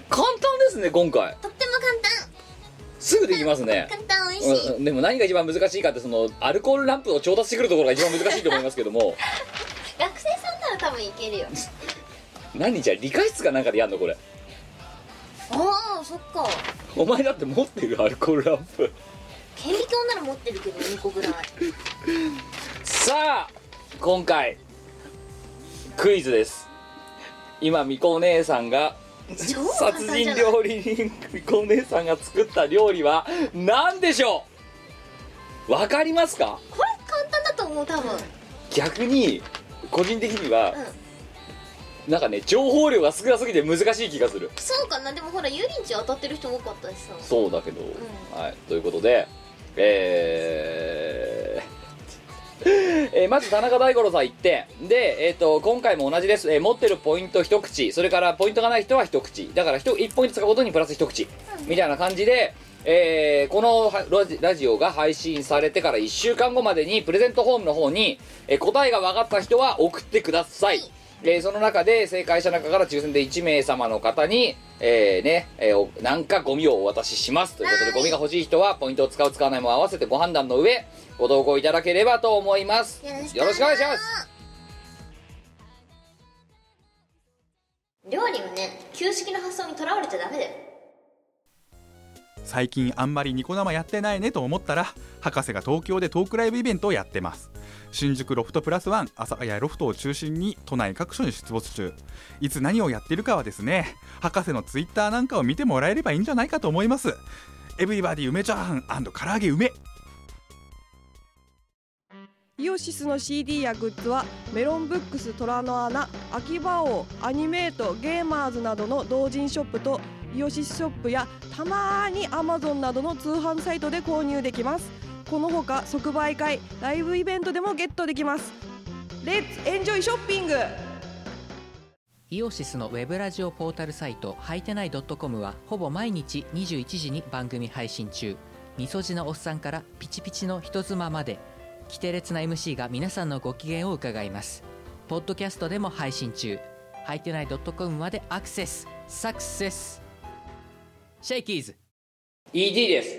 簡単ですね今回とってもすぐできますね簡単簡単美味しい、うんでも何が一番難しいかってそのアルコールランプを調達してくるところが一番難しいと思いますけども学生さんなら多分いけるよ何じゃあ理科室かなんかでやんのこれおおそっかお前だって持ってるアルコールランプ顕微鏡なら持ってるけど2個ぐらいさあ今回クイズです今みこお姉さんが超簡単殺じゃない人料理人みこお姉さんが作った料理は何でしょうわかりますかこれ簡単だと思う多分逆に個人的にはうん、なんかね情報量が少なすぎて難しい気がするそうかなでもほら油淋鶏当たってる人多かったしさそうだけど、んはいということでえーえーまず田中大五郎さん1点で、えー、と今回も同じです、えー持ってるポイント一口それからポイントがない人は一口だから 1, ポイント使うことにプラス一口みたいな感じで、えーこのはラジラジオが配信されてから1週間後までにプレゼントホームの方に、えー答えが分かった人は送ってください、えーその中で正解した中から抽選で1名様の方に、えーね、えーおなんかゴミをお渡ししますということでゴミが欲しい人はポイントを使う使わないも合わせてご判断の上ご投稿いただければと思いますよろしくよろしくお願いします料理はね旧式の発想にとらわれちゃダメだよ最近あんまりニコ生やってないねと思ったら博士が東京でトークライブイベントをやってます新宿ロフトプラスワン朝早ロフトを中心に都内各所に出没中いつ何をやってるかはですね博士のツイッターなんかを見てもらえればいいんじゃないかと思いますエブリバディ梅チャーハン唐揚げ梅イオシスの CD やグッズはメロンブックス虎の穴秋葉王アニメートゲーマーズなどの同人ショップとイオシスショップやたまーに Amazon などの通販サイトで購入できますこのほか即売会ライブイベントでもゲットできますレッツエンジョイショッピングイオシスのウェブラジオポータルサイトはいてない .com はほぼ毎日21時に番組配信中みそじのおっさんからピチピチの人妻まで規定列な MC が皆さんのご機嫌を伺いますポッドキャストでも配信中はいてない .com までアクセスサクセスシェイキーズ ED です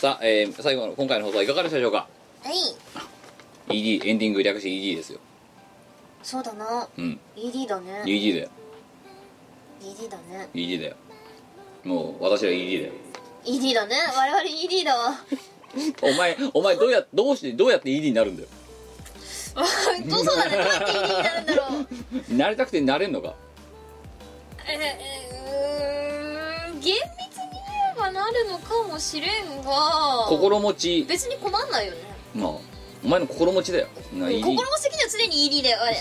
さあ、えー最後の今回の放送はいかがでしたでしょうかはい ED エンディング略して ED ですよそうだなうん ED だね ED だよ ED だね ED だよもう私は ED だよ ED だね我々 ED だわお前お前どうやどうしてどうやって ED になるんだよ本当そうだねどうやって ED になるんだろうなりたくてなれんのかえうーん厳密に言えばなるのかもしれんが心持ち別に困んないよねまあお前の心持ちだよな ED 心も責任は常に ED だよあれ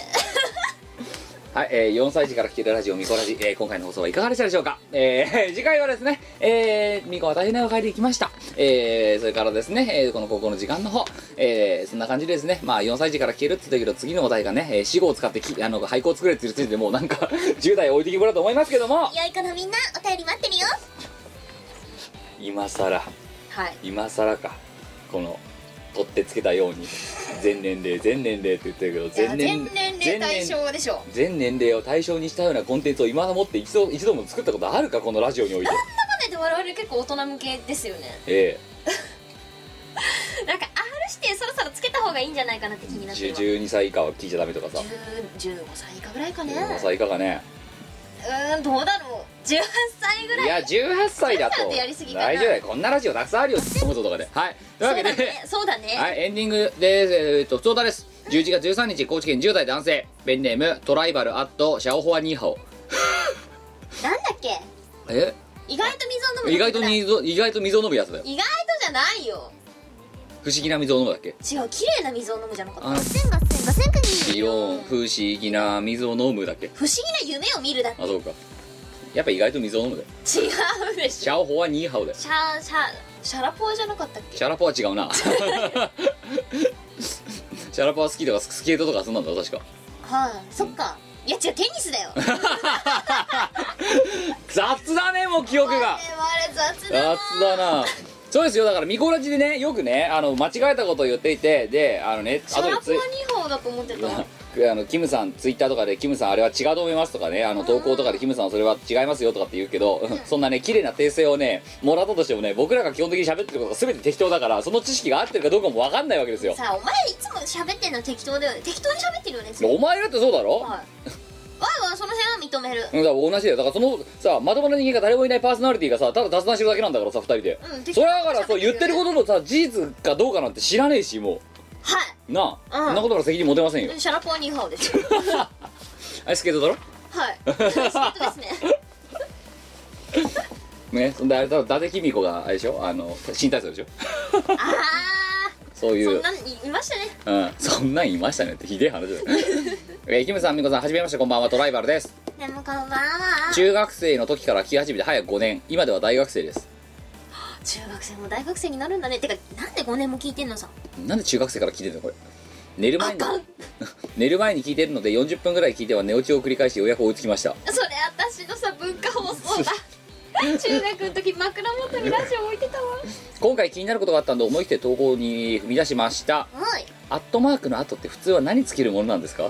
はい、えー4歳児から聞けるラジオミコラジ、えー今回の放送はいかがでしたでしょうか、えー 次回はですね、えー、ミコは大変なを変えていきました、えーそれからですね、えーこの高校の時間の方、えーそんな感じでですねまあ4歳児から聞けるって言ったけど次のお題がね、えー死語を使ってきあの俳句を作れって言ってる時点でもうなんか 10代置いてきぼらと思いますけども良い子のみんなお便り待ってるよ今さらはい今さらかこの取ってつけたように全年齢全年齢って言ってるけどじゃあ全年齢対象でしょ全年齢を対象にしたようなコンテンツを今のもって一度一度も作ったことあるかこのラジオにおいてなので我々結構大人向けですよねえなんか R してそろそろつけた方がいいんじゃないかなって気にえなってるわ10 12歳以下は聞いちゃダメとかさ15歳以下ぐらいかね15歳以下かねうーんどうだろう18歳ぐらいいや18歳だ18歳とってやりすぎかな大丈夫だよこんなラジオたくさんあるよそもそもとかではいというわそうけだで、ねそうだね、 はいエンディングですえーっと普通だです11月13日高知県10代男性ペンネームトライバルアットシャオホアニーハオなんだっけえ意外と水を飲む意外とだ意水を意外と水を飲むやつだよ外とじゃないよ不思議な水を飲むだっけ違う綺麗な水を飲むじゃなかったあの千合千合千国ビヨーン不思議な水を飲むだっけ不思議な夢を見るだあそうかやっぱ意外と水を飲むだよ違うでしシょャオホはニーハオだよシャシャシャラポワじゃなかったっけシャラポは違うな シャラポは好きとかススケートとかそんなんだ確かはい、そっかいや違うテニ スだよこれ雑だねもう記憶がはあれ雑だな雑だなそうですよだからミコラジでねよくねあの間違えたことを言っていてであのねシャラポワつい2号だと思ってたあ あのキムさんツイッターとかで「キムさんあれは違うと思います」とかねあの投稿とかで「キムさんそれは違いますよ」とかって言うけど、 そんなね綺麗な訂正をねもらったとしてもね僕らが基本的に喋ってることが全て適当だからその知識が合ってるかどうかも分かんないわけですよさあお前いつも喋ってんの適当だよね適当に喋ってるよねいつもお前だってそうだろ、はいわいわいその辺は認めるうんだから同じだよだからそのさまともな人間が誰もいないパーソナリティがさただ雑談してるだけなんだからさ二人で、うんそれはだからそう言ってることのさ事実かどうかなんて知らねえしもうなあ、うんそんなことの責任持てませんよいシャラポワニーハオ ですよあれスケートだろはいスケートですねねそんであれだろ伊達公子があれでしょあの新体操でしょあそうーいそうんなんいましたねうん、そんなんいましたねってひでえ話だよえーキムさんみこさんはじめましてこんばんはトライバルですでもこんばんは中中学生の時から聞き始めて早く5年今では大学生です学生も大学生になるんだねてかなんで5年も聞いてんのさなんで中学生から聞いてるのこれ寝るあ前にかん寝る前に聞いてるので40分ぐらい聞いては寝落ちを繰り返してようやく追いつきましたそれ私のさ文化放 送だ中学の時枕元にラジオ置いてたわ今回気になることがあったんで思い切って投稿に踏み出しましたはいアットマークの後って普通は何つけるものなんですか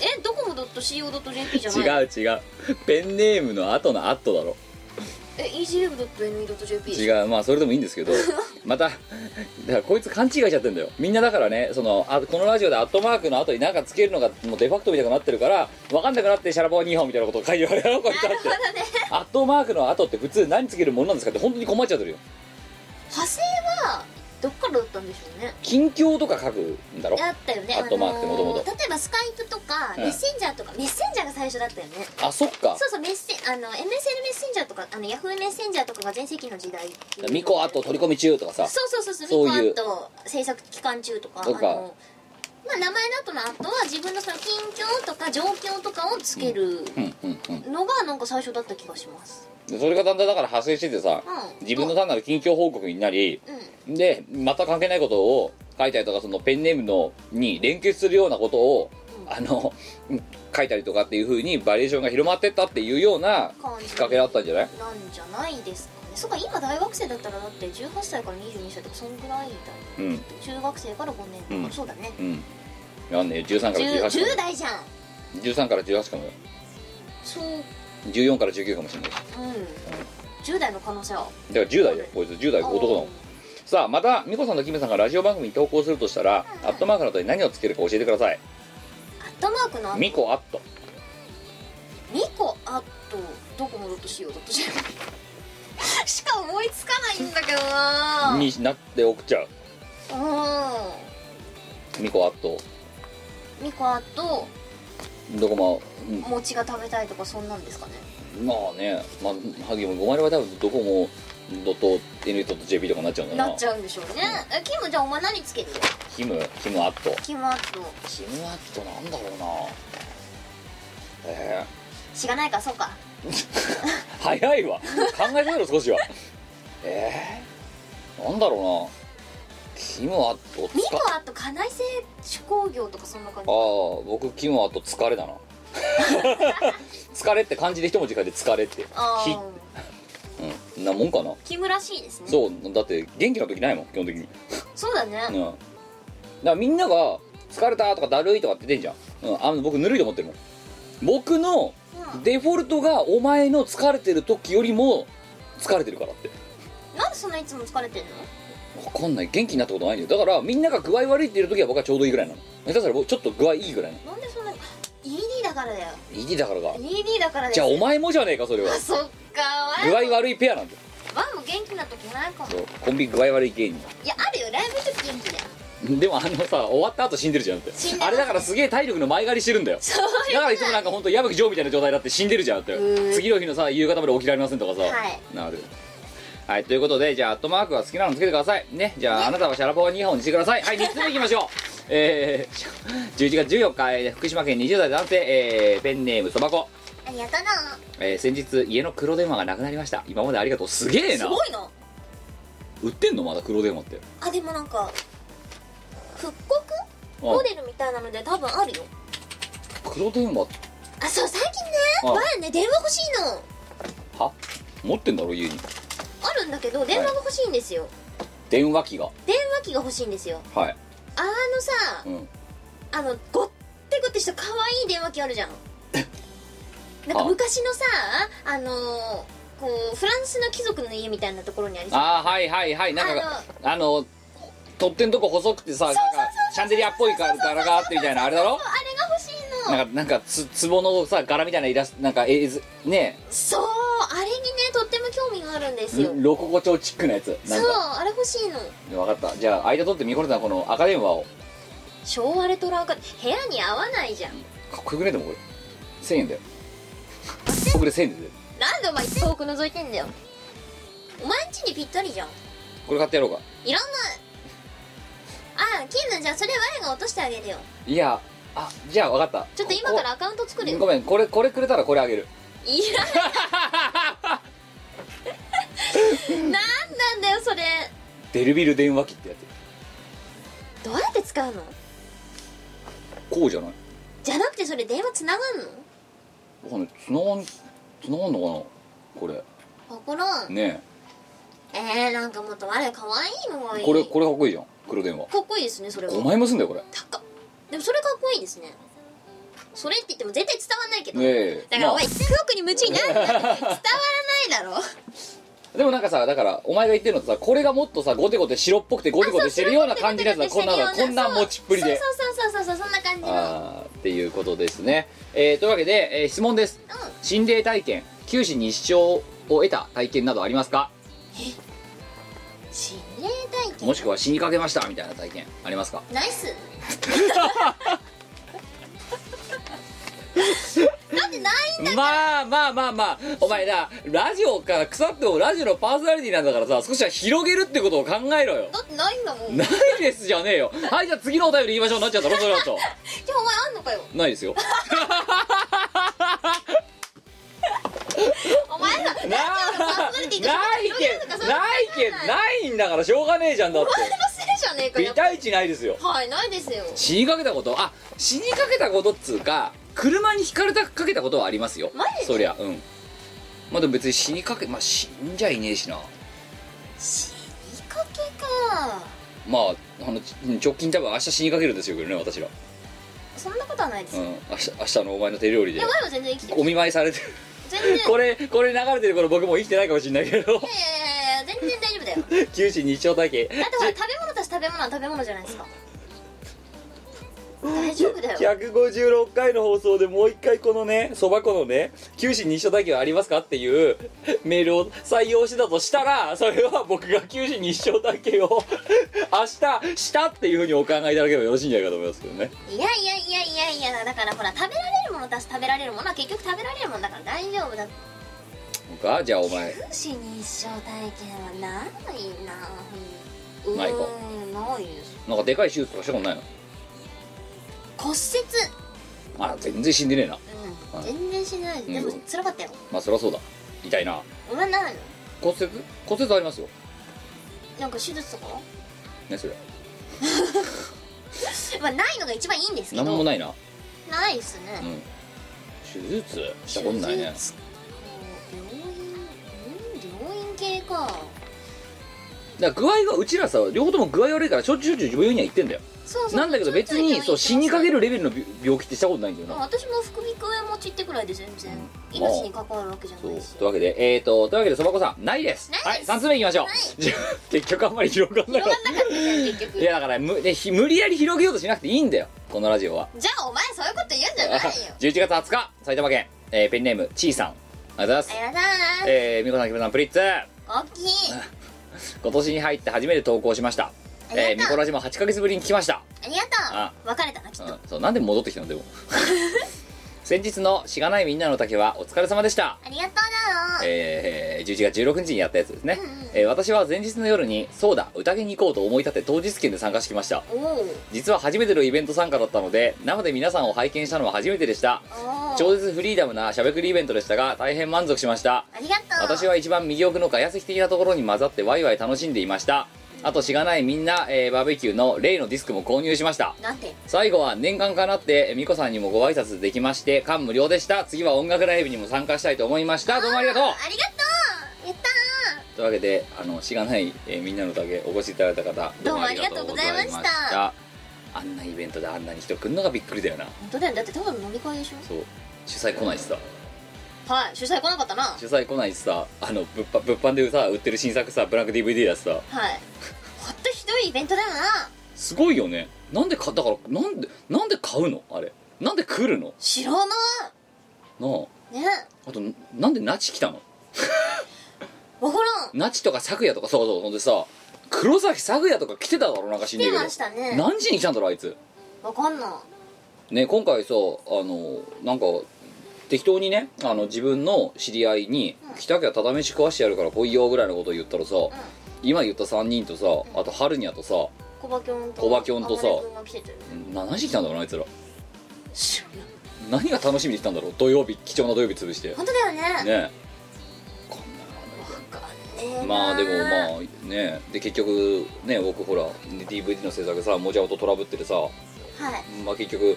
えドコモ .co.jp じゃ違ないう違うペンネームの後の後だろえ egf.ne.jp う違うまあそれでもいいんです けどまただからこいつ勘違いしちゃってんだよみんなだからねそのあこのラジオでアットマークの後に何かつけるのがもうデファクトみたいになってるから分かんなくなってシャラポー2本みたいなことを書いて言わ れるこいつだなるっほどてねアットマークの後って普通何つけるものなんですかって本当に困っちゃってるよ派生はどっからだったんでしょうね近況とか書くんだろあったよねアットマークって元々あのー例えばスカイプとかうんメッセンジャーとか、メッセンジャーが最初だったよねあそっかそうそうメッセあの MSN メッセンジャーとかあのヤフーメッセンジャーとかが全盛期の時代ミコあと取り込み中とかさそうそうそうそうそういうミコアット制作期間中とかとかあのまあ名前だとの後は自分のその近況とか状況とかをつけるうんうんうんのがなんか最初だった気がしますでそれがだんだんだから派生しててさ、うん自分の単なる近況報告になりうんで全く関係ないことを書いたりとかそのペンネームのに連結するようなことを、うんあのうん書いたりとかっていうふうにバリエーションが広まってったっていうような感じきっかけだったんじゃないなんじゃないですかねそうか今大学生だったらだって18歳から22歳とかそんぐらいだようん中学生から5年とうか、んそうだねうんなんね13から 10, 18 10か代じゃんも13から18かもよそう14から19かもしれないうん10代の可能性はだから10代だよこいつ10代男だもんさあまた美子さんとキムさんがラジオ番組に投稿するとしたら、アットマークの後に何をつけるか教えてくださいアットマークの後ミコアットミコあとどこ戻っとしようだとしようしか思いつかないんだけどなになって送っちゃううミコアットんミコあとどこも、うん餅が食べたいとかそんなんですかねまあね、まあ、ハギもお前は多分どこもドット N ドット JP とかになっちゃうんだななっちゃうんでしょうねえキムじゃあお前何つけるよキムキムアットキムあとキムアットなんだろうなえしがないかそうかー、早いわ考えてみろ少しはえー、なんだろうなキムアットミつコかああと家内製手工業とかそんな感あじー僕キムアット疲れだな 疲れって漢字で一文字書いて疲れってあひーうんなもんかなキムらしいですねそうそうだって元気な時ないもん基本的にだね、うん、だからみんなが「疲れた」とか「だるい」とかって出てんじゃん、うん、あの僕ぬるいと思ってるもん僕のうんデフォルトがお前の疲れてる時よりも疲れてるからってなんでそんないつも疲れてんの分かんない元気になったことないんだよだからみんなが具合悪いって言う時は僕はちょうどいいぐらいなの下手したら僕ちょっと具合いいぐらいなのなんでそんな ED だからだよいいだからだ ED だからですじゃあおよ前もじゃねえかそれはあそっか具ワ合ン悪いペアなんだよワンも元気な時ないかもそうコンビ具合悪い芸人いやあるよライブの時元気だよでもあのさ終わった後死んでるじゃんって死んでますあれだからすげえ体力の前借りしてるんだよだからいつもなんか本当矢吹城みたいな状態だって死んでるじゃんってーん次の日のさ夕方まで起きられませんとかさ、はいなるはいということでじゃあアットマークは好きなのつけてくださいねじゃああなたはシャラポワ2本にしてくださいはい3つ目いきましょうえー、11月14日、えー福島県20代男性、えーペンネームそばこ、ありがとうなえー先日家の黒電話がなくなりました今までありがとうすげえすなごいな売ってんのまだ黒電話ってあでもなんか復刻あモデルみたいなので多分あるよ黒電話あそう最近ねあ前ね電話欲しいのは持ってんだろ家にあるんだけど電話が欲しいんですよ、電話機が電話機が欲しいんですよはいあのさうんあのごってごってした可愛い電話機あるじゃんなんか昔のさあのーこうフランスの貴族の家みたいなところにありそうああはいはいはいなんかあの取っ手のとこ細くてさなんかシャンデリアっぽい柄柄があってみたいなあれだろあれが欲しいのなんかなんかつ壺のさ柄みたいなイラストなんか絵図ねそうあれにねとっても興味があるんでですよロココ調チックなやつそなんうかあれ欲しいの分かったじゃあ間取ってみこれたこの赤電話を昭和レトロアカ部屋に合わないじゃんかっこよくねえでもこれ1000円だよ僕で1000円で出るなんでお前遠く覗いてんだよお前んちにぴったりじゃんこれ買ってやろうかいらないああ金のじゃあそれ我が落としてあげるよいやあじゃあ分かったちょっと今からアカウント作るよごめんこれこれくれたらこれあげるいらないなんなんだよそれデルビル電話機ってやつどうやって使うのこうじゃないじゃなくてそれ電話つながんのわかんない繋がん繋がんのかなこれわからんねえー、なんかもっと我可愛いのがえいいこれこれかっこいいじゃん黒電話かっこいいですねそれは5万円もすんだよこれ高っでもそれかっこいいですねそれって言っても絶対伝わんないけど、ねえだかまらあおい1億に夢中になるなって伝わらないだろでもなんかさだからお前が言ってるのとさこれがもっとさゴテゴテ白っぽくてゴテゴテしてるような感じのやつだこんなのこんな持ちっぷりでそうそうそうそうそうそんな感じのあーはっていうことですね、えーというわけで、えー質問です、うん心霊体験九死に一生を得た体験などありますか心霊体験もしくは死にかけましたみたいな体験ありますかナイスだってないまあまあまあまあお前なラジオから腐ってもラジオのパーソナリティなんだからさ少しは広げるってことを考えろよだってないんだもんじなゃいですじゃねえよはいじゃあ次のお便り言いましょうなっちゃったろそれだとあお前あんのかよないですよお前らなラジオのパーソナリティとしてない広げるのかけそどれはないけどないんだからしょうがねえじゃんだっお前のせいじゃねてえかビやっぱタイチないですよはいないですよ死にかけたことあ死にかけたことっつうか車にひかれたかけたことはありますよマジでそりゃうんまあでも別に死にかけまあ死んじゃいねえしな死にかけかまああのち直近多分明日死にかけるんですよけどね私らそんなことはないです うんよ、明日明日のお前の手料理いでや前も全然生きてるお見舞いされ てる全然いやこれこれ流れてる頃僕もう生きてないかもしれないけど いやいや全然大丈夫だよ九死日常体験だってほら食べ物たし食べ物は食べ物じゃないですか大丈夫だよ156回の放送でもう一回このねそば粉のね九死日照体験はありますかっていう メールを採用してたとしたらそれは僕が九死日照体験を 明日したっていうふうにお考えいただければよろしいんじゃないかと思いますけどねいやいやいやいやいやだからほら食べられるものたし食べられるものは結局食べられるものだから大丈夫だってかじゃあお前九死に一生体験はないなうーんないかないですなんかでかい手術とかしたことないの骨折あ全然死んでねえなうん全然しないでもうん辛かったよまあそりゃそうだ痛いなお前ないの骨折骨折ありますよなんか手術とかねそれまあないのが一番いいんですけど何もないなないですね、うん手術したことないね手術病院うん病院系かだから具合がうちらさ両方とも具合悪いからしょっちゅうしょっちゅう病院には行ってんだよそうそうなんだけど別にそう死にかけるレベルの病病気ってしたことないんだよまあな私も副鼻腔炎持ちってくらいで全然まあ命に関わるわけじゃそなういしというわけでえーとというわけでそばこさんないですないですはい3つ目いきましょう、ないじゃあ 結局あんまり広がんなかっ広がんなかったじゃん結た局 いやだからむでひ無理やり広げようとしなくていいんだよこのラジオはじゃあお前そういうこと言うんじゃないよ 11月20日埼玉県、えーペンネームちーさんありがとうございますあやだーえー、みこさんきむさんプリッツ大きい今年に入って初めて投稿しましたありがとうえー、みこラジも8ヶ月ぶりに聞きましたありがあとう別れたなきっとうんそうなんで戻ってきたので も先日の「しがないみんなの竹」はお疲れ様でしたありがとうだろえー11月16日にやったやつですね、うんうんえー私は前日の夜にそうだ宴に行こうと思い立って当日券で参加してきましたおう実は初めてのイベント参加だったので生で皆さんを拝見したのは初めてでしたおう超絶フリーダムなしゃべくりイベントでしたが大変満足しましたありがとう私は一番右奥のガヤ席的なところに混ざってワイワイ楽しんでいましたあとしがないみんな、えーバーベキューの例のディスクも購入しましたなんて最後は念願かなって美子さんにもご挨拶できまして感無量でした次は音楽ライブにも参加したいと思いましたどうもありがとうありがとうやったーというわけであのしがない、えーみんなの竹お越しいただいた方どうもありがとうございまどうしたもありがとうございあんなイベントであんなに人来るのがびっくりだよな本当だよだってただの飲み会でしそう主催来ないしさょはい主催来なかったな主催来ないしさあの物販物販でさ売ってる新作さブランク DVD だしさはいほんとひどいイベントだよなすごいよねなんでかだからなんでなんで買うのあれなんで来るの知らななあいねあとなんで那智来たのわからん那智とか咲夜とかそうそうほんでさ黒崎咲夜とか来てただろなんか死ん来ねえてけどましたね何時に来たんだろうあいつわかんないね今回さあのなんか適当にねあの自分の知り合いにうん「北家ただ飯食わしてやるから来いよ」ぐらいのことを言ったらさ、今言った3人とさあと春にゃとさコバキョンとコバキョンとさあばれくんが来てたよねな何時に来たんだろうなあいつら知らない何が楽しみに来たんだろう土曜日貴重な土曜日潰してね本当だよねえわかんねえなまあでもまあねで結局ね僕ほらね DVD の制作さもじゃおとトラブっててさはいまあ結局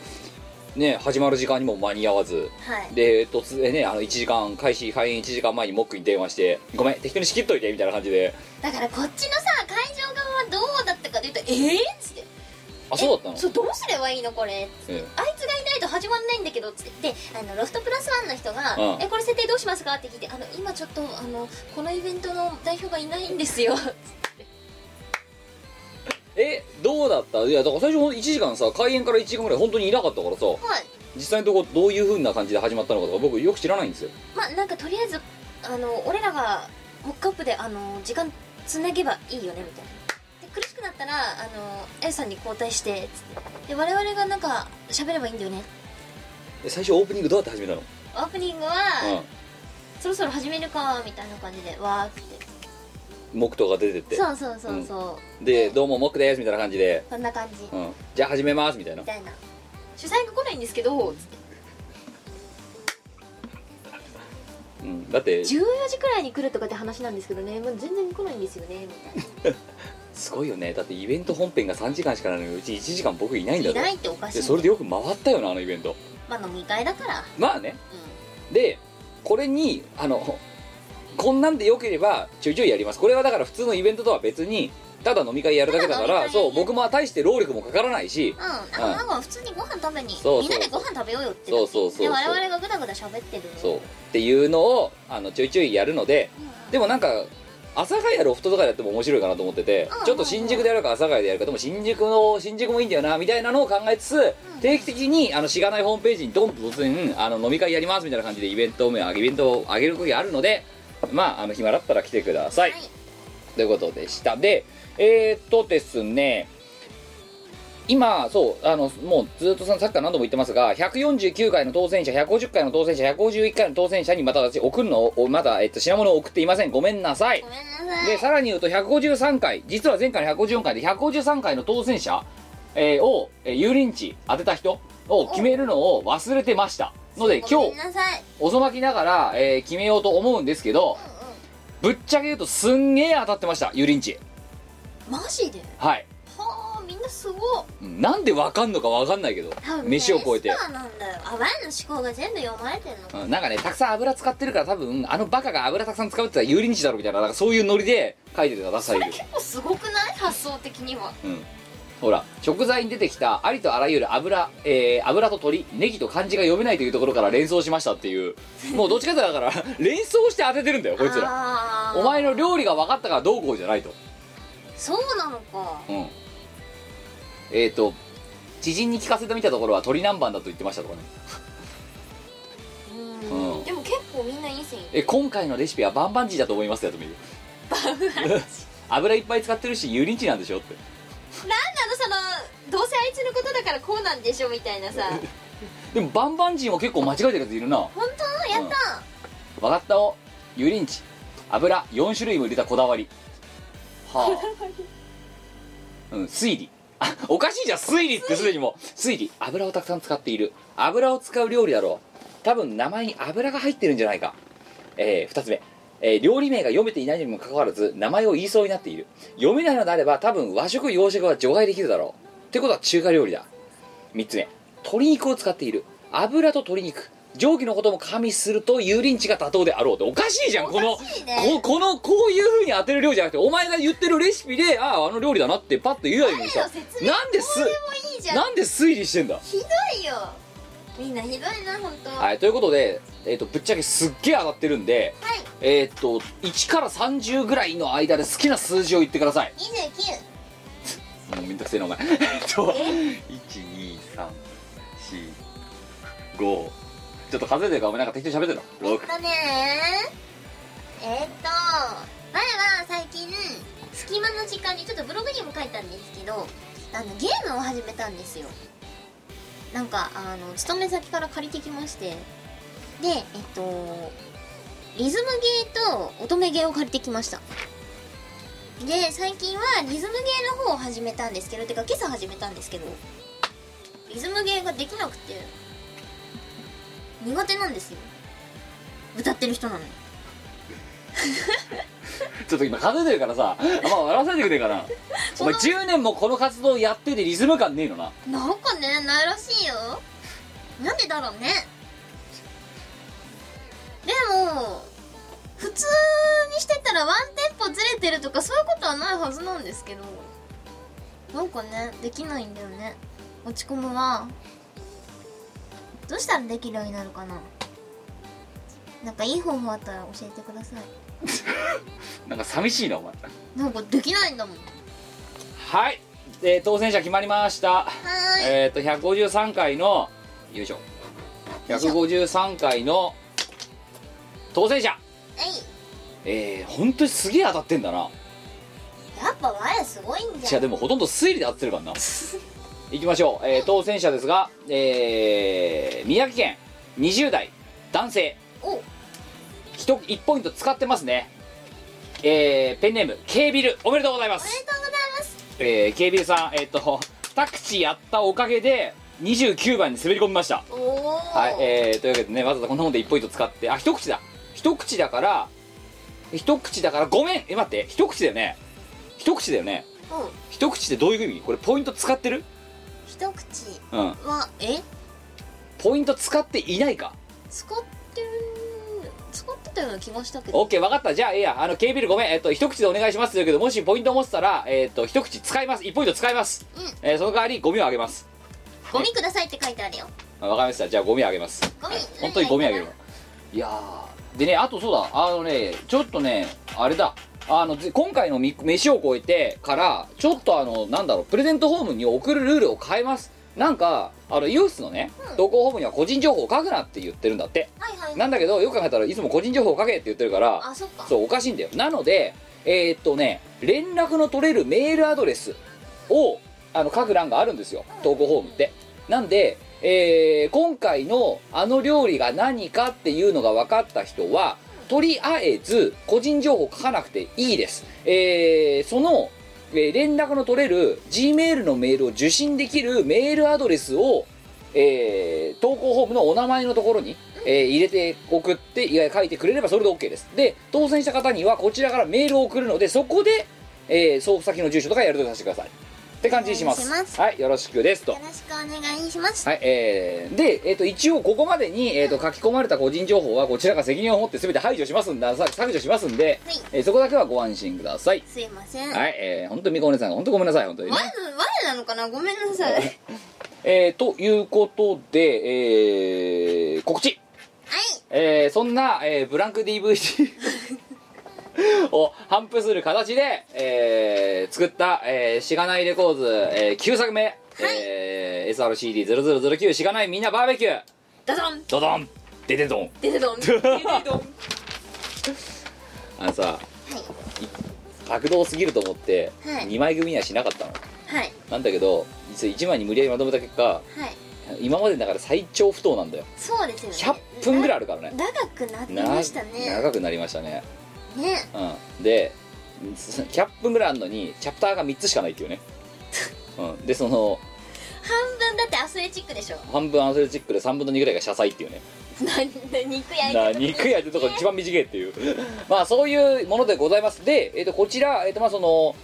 ね始まる時間にも間に合わずはいで突然ねあの1時間開始開演1時間前にモックに電話して「ごめん適当に仕切っといて」みたいな感じでだからこっちのさ会場側はどうだったかというとええっつって「あそうだったの?そうどうすればいいのこれえあいつがいないと始まんないんだけどっつってであのロフトプラスワンの人がうんえこれ設定どうしますか?」って聞いて「あの今ちょっとあのこのイベントの代表がいないんで すよ」え」えどうだったいやだから最初1時間さ開演から1時間ぐらい本当にいなかったからさはい実際のとこどういうふうな感じで始まったのかとか僕よく知らないんですよまあなんかとりあえずあの俺らがモックアップであの時間つなげばいいよねみたいなで苦しくなったらあの A さんに交代してつってで我々がなんか喋ればいいんだよねで最初オープニングどうやって始めたの、オープニングは、そろそろ始めるかみたいな感じでわーってうん木刀が出てってそうそうそうそう、で「どうも木です」みたいな感じでこんな感じ、 「うん、じゃあ始めます」みたいなみたいな主催が来ないんですけどつってうん、だって14時くらいに来るとかって話なんですけどね、まあ、全然来ないんですよねみたいすごいよねだってイベント本編が3時間しかないのにうち1時間僕いないんだないぞないっておかしいでそれでよく回ったよなあのイベントまあ飲み会だからまあねでこれにあのこんなんでよければちょいちょいやりますこれはだから普通のイベントとは別にただ飲み会やるだけだかただ飲みら会そう僕も大して労力もかからないしうん、なんかなんか普通にご飯食べにそうそうみんなでご飯食べようよってそうそうそうそうで我々がぐだぐだ喋ってるそうっていうのをあのちょいちょいやるのでうんうんでもなんか阿佐ヶ谷ロフトとかでやっても面白いかなと思っててうんうんちょっと新宿でやるか阿佐ヶ谷でやるかでも新宿の新宿もいいんだよなみたいなのを考えつつ定期的にあのしがないホームページにドンと突然あの飲み会やりますみたいな感じでイベントをイベントを上げる時あるのでまああの暇だったら来てください、はいということでしたでえー、っとですね今そうあのもうずっとささっきから何度も言ってますが149回の当選者150回の当選者151回の当選者にまた私送るのをまだ、えっと、品物を送っていませんごめんなさいごめんなさでいさらに言うと153回実は前回の154回で153回の当選者、えーを、えー油淋鶏当てた人を決めるのを忘れてましたので今ごめん日なさい遅まきながら、えー決めようと思うんですけどぶっちゃけ言うとすんげえ当たってました油淋鶏マジではいはあみんなすごいうんなんでわかんのかわかんないけど多分ね飯を超えてエスパーなんだよあワイの思考が全部読まれてんのかうんなんかねたくさん油使ってるから多分あのバカが油たくさん使うって言ったら油淋鶏だろみたいななんかそういうノリで書いてたダサい 結構すごくない発想的にはほら食材に出てきたありとあらゆる油、えー油と鶏ネギと漢字が読めないというところから連想しましたっていうもうどっちかというとだから 連想して当ててるんだよこいつらあーお前の料理が分かったからどうこうじゃないとそうなのかうんえっ、と知人に聞かせてみたところは鶏南蛮だと言ってましたとかねうん、うんでも結構みんないい線いってえ今回のレシピはバンバンジーだと思いますよとも言う 油いっぱい使ってるし油淋鶏なんでしょってなんだのそのどうせあいつのことだからこうなんでしょみたい なさでもバンバンジーも結構間違えてるやついるな本当やった、分かったお油淋鶏油4種類も入れたこだわりはあうん推理あおかしいじゃん推理ってすでにもう推理油をたくさん使っている油を使う料理だろう多分名前に油が入ってるんじゃないかえ2つ目、えー料理名が読めていないにもかかわらず名前を言いそうになっている読めないのであれば多分和食洋食は除外できるだろうってことは中華料理だ3つ目鶏肉を使っている油と鶏肉上記のことも加味すると油淋鶏が妥当であろうっておかしいじゃんこのいいねここのこういうふうに当てる料理じゃなくてお前が言ってるレシピであああの料理だなってパッと言えばいいのにさあれの説明なんですいいじゃんなんで推理してんだひどいよみんなひどいな本当はいということで、えー、とぶっちゃけすっげえ上がってるんではいえーっと1から30ぐらいの間で好きな数字を言ってください29もうめんどくせえなお前えっと12345ちょっと数えてるからお前なんか適当に喋ってるの6だねーえーっと前隙間の時間にちょっとブログにも書いたんですけどあのゲームを始めたんですよなんかあの勤め先から借りてきましてでえっとリズムゲーと乙女ゲーを借りてきましたで最近はリズムゲーの方を始めたんですけどてか今朝始めたんですけどリズムゲーができなくて苦手なんですよ歌ってる人なのにちょっと今数えてるからさあんま笑わせてくれかなお前10年もこの活動やっててリズム感ねえのななんかねないらしいよなんでだろうねでも普通にしてたらワンテンポずれてるとかそういうことはないはずなんですけどなんかねできないんだよね落ち込むわどうしたらできるようになるかななんかいい方法あったら教えてくださいなんか寂しいなお前なんかできないんだもんははい、えー当選者決まりましたーいえっ、と153回のよいしょ153回の当選者はいえー、本当にすげえ当たってんだなやっぱ我すごいんいやでもほとんど推理で当ててる からないきましょう、えー当選者ですが、えー、宮城県20代男性お一1ポイント使ってますねえーペンネーム K ビルおめでとうございますおめでとうございますえー、警備さん、えっ、と、タクシーやったおかげで、29番に滑り込みました。おおはい、えー、というわけでね、わざわざこんなもんで1ポイント使って、あ、一口だ。一口だから、一口だから、ごめんえ、待って、一口だよね。一口だよね。うん一口ってどういう意味これ、ポイント使ってる一口うん。はえポイント使っていないか。使ってる使ってたような気がしたけどオッケー、分かった。じゃあ、いいや、あの、警備ルごめん。えっ、と、一口でお願いしますって言うけど、もしポイント持ってたら、えっ、と、一口使います。1ポイント使います。うんえーその代わり、ゴミをあげます。ゴミくださいって書いてあるよあわかりました。じゃあ、ゴミあげます。ゴミ本当にゴミあげるわいやーでねあとそうだあのねちょっとねあれだあのぜ今回のみ飯を超えてからちょっとあのなんだろうプレゼントホームに送るルールを変えますなんかあのユースのね、うん投稿ホームには個人情報を書くなって言ってるんだってはいはいなんだけどよく考えたらいつも個人情報を書けって言ってるからあそっかそうおかしいんだよなのでえーっとね連絡の取れるメールアドレスをあの書く欄があるんですよ投稿フォームってなんで、えー今回のあの料理が何かっていうのが分かった人はとりあえず個人情報書かなくていいです、えーその、えー連絡の取れる G メールのメールを受信できるメールアドレスをえー投稿ホームのお名前のところに、えー入れて送っていや書いてくれればそれで OK ですで当選した方にはこちらからメールを送るのでそこで、えー送付先の住所とかやるとさせてくださいって感じにしますお願いしますはいよろしくですとよろしくお願いしますはいえーで、えー、と一応ここまでに、えー、と書き込まれた個人情報はこちらが責任を持って全て排除しますんでさ削除しますんで、はいえーそこだけはご安心くださいすいませんはいえー、本当にみこお姉さん本当ごめんなさい本当にね前の前なのかなごめんなさいはいえー、ということで、えー、告知えーそんな、えーブランク DVD を反布する形で、えー作った、えーしがないレコーズ、えー9作目、えー SRCD0009 しがないみんなバーベキューダダンドドンデデドンデデドンデ デドンはいあのさ悪道すぎると思って、はい2枚組にはしなかったのはいなんだけど1枚に無理やりまとめた結果はい今までだから最長不当なんだよそうですよね100分ぐらいあるからねな長くなってましたなね長くなりましたねねうん、で100分ぐらいあるのにチャプターが3つしかない っていうね、うん、でその半分だってアスレチックでしょ半分アスレチックで3分の2ぐらいが謝罪っていうねな肉焼いなて肉やってるとこ一番短いっていうまあそういうものでございますで、えー、とこちら、えーとまあ、その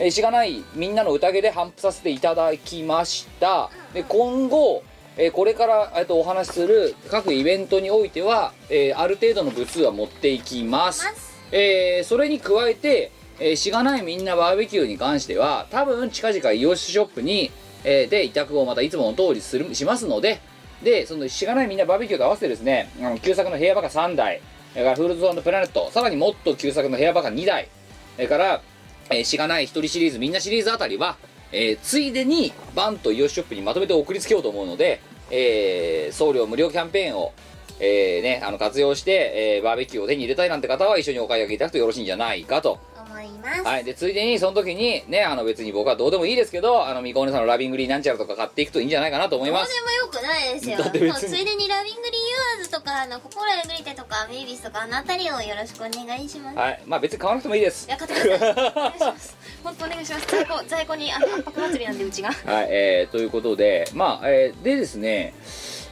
えーしがないみんなの宴で頒布させていただきましたで今後、えーこれから、えー、とお話しする各イベントにおいては、えーある程度の部数は持っていきますますえーそれに加えて、えーしがないみんなバーベキューに関しては多分近々イオシスショップに、えーで委託をまたいつもの通りするしますのででそのしがないみんなバーベキューと合わせてですねあの旧作の部屋バカ3台だからフールズゾーンのプラネットさらにもっと旧作の部屋バカ2台それから、えーしがない一人シリーズみんなシリーズあたりは、えーついでにバンとイオシスショップにまとめて送りつけようと思うので、えー送料無料キャンペーンをえーね、あの活用して、えーバーベキューを手に入れたいなんて方は一緒にお買い上げいただくとよろしいんじゃないかと思い思います、はい、でついでにその時にねあの別に僕はどうでもいいですけどあのみこお姉さんのラビングリーなんちゃらとか買っていくといいんじゃないかなと思いどうまですもよくないですよだって別にもうついでにラビングリーユアーズとかあの心えぐり手とかベイビスとかあのあたりをよろしくお願いします、はいまあ別に買わなくてもいいですいや買ってくださいお願いします本当お願いします在庫在庫にあの圧迫祭りなんでうちがはい、えー、ということで、まあ、えー、でですね、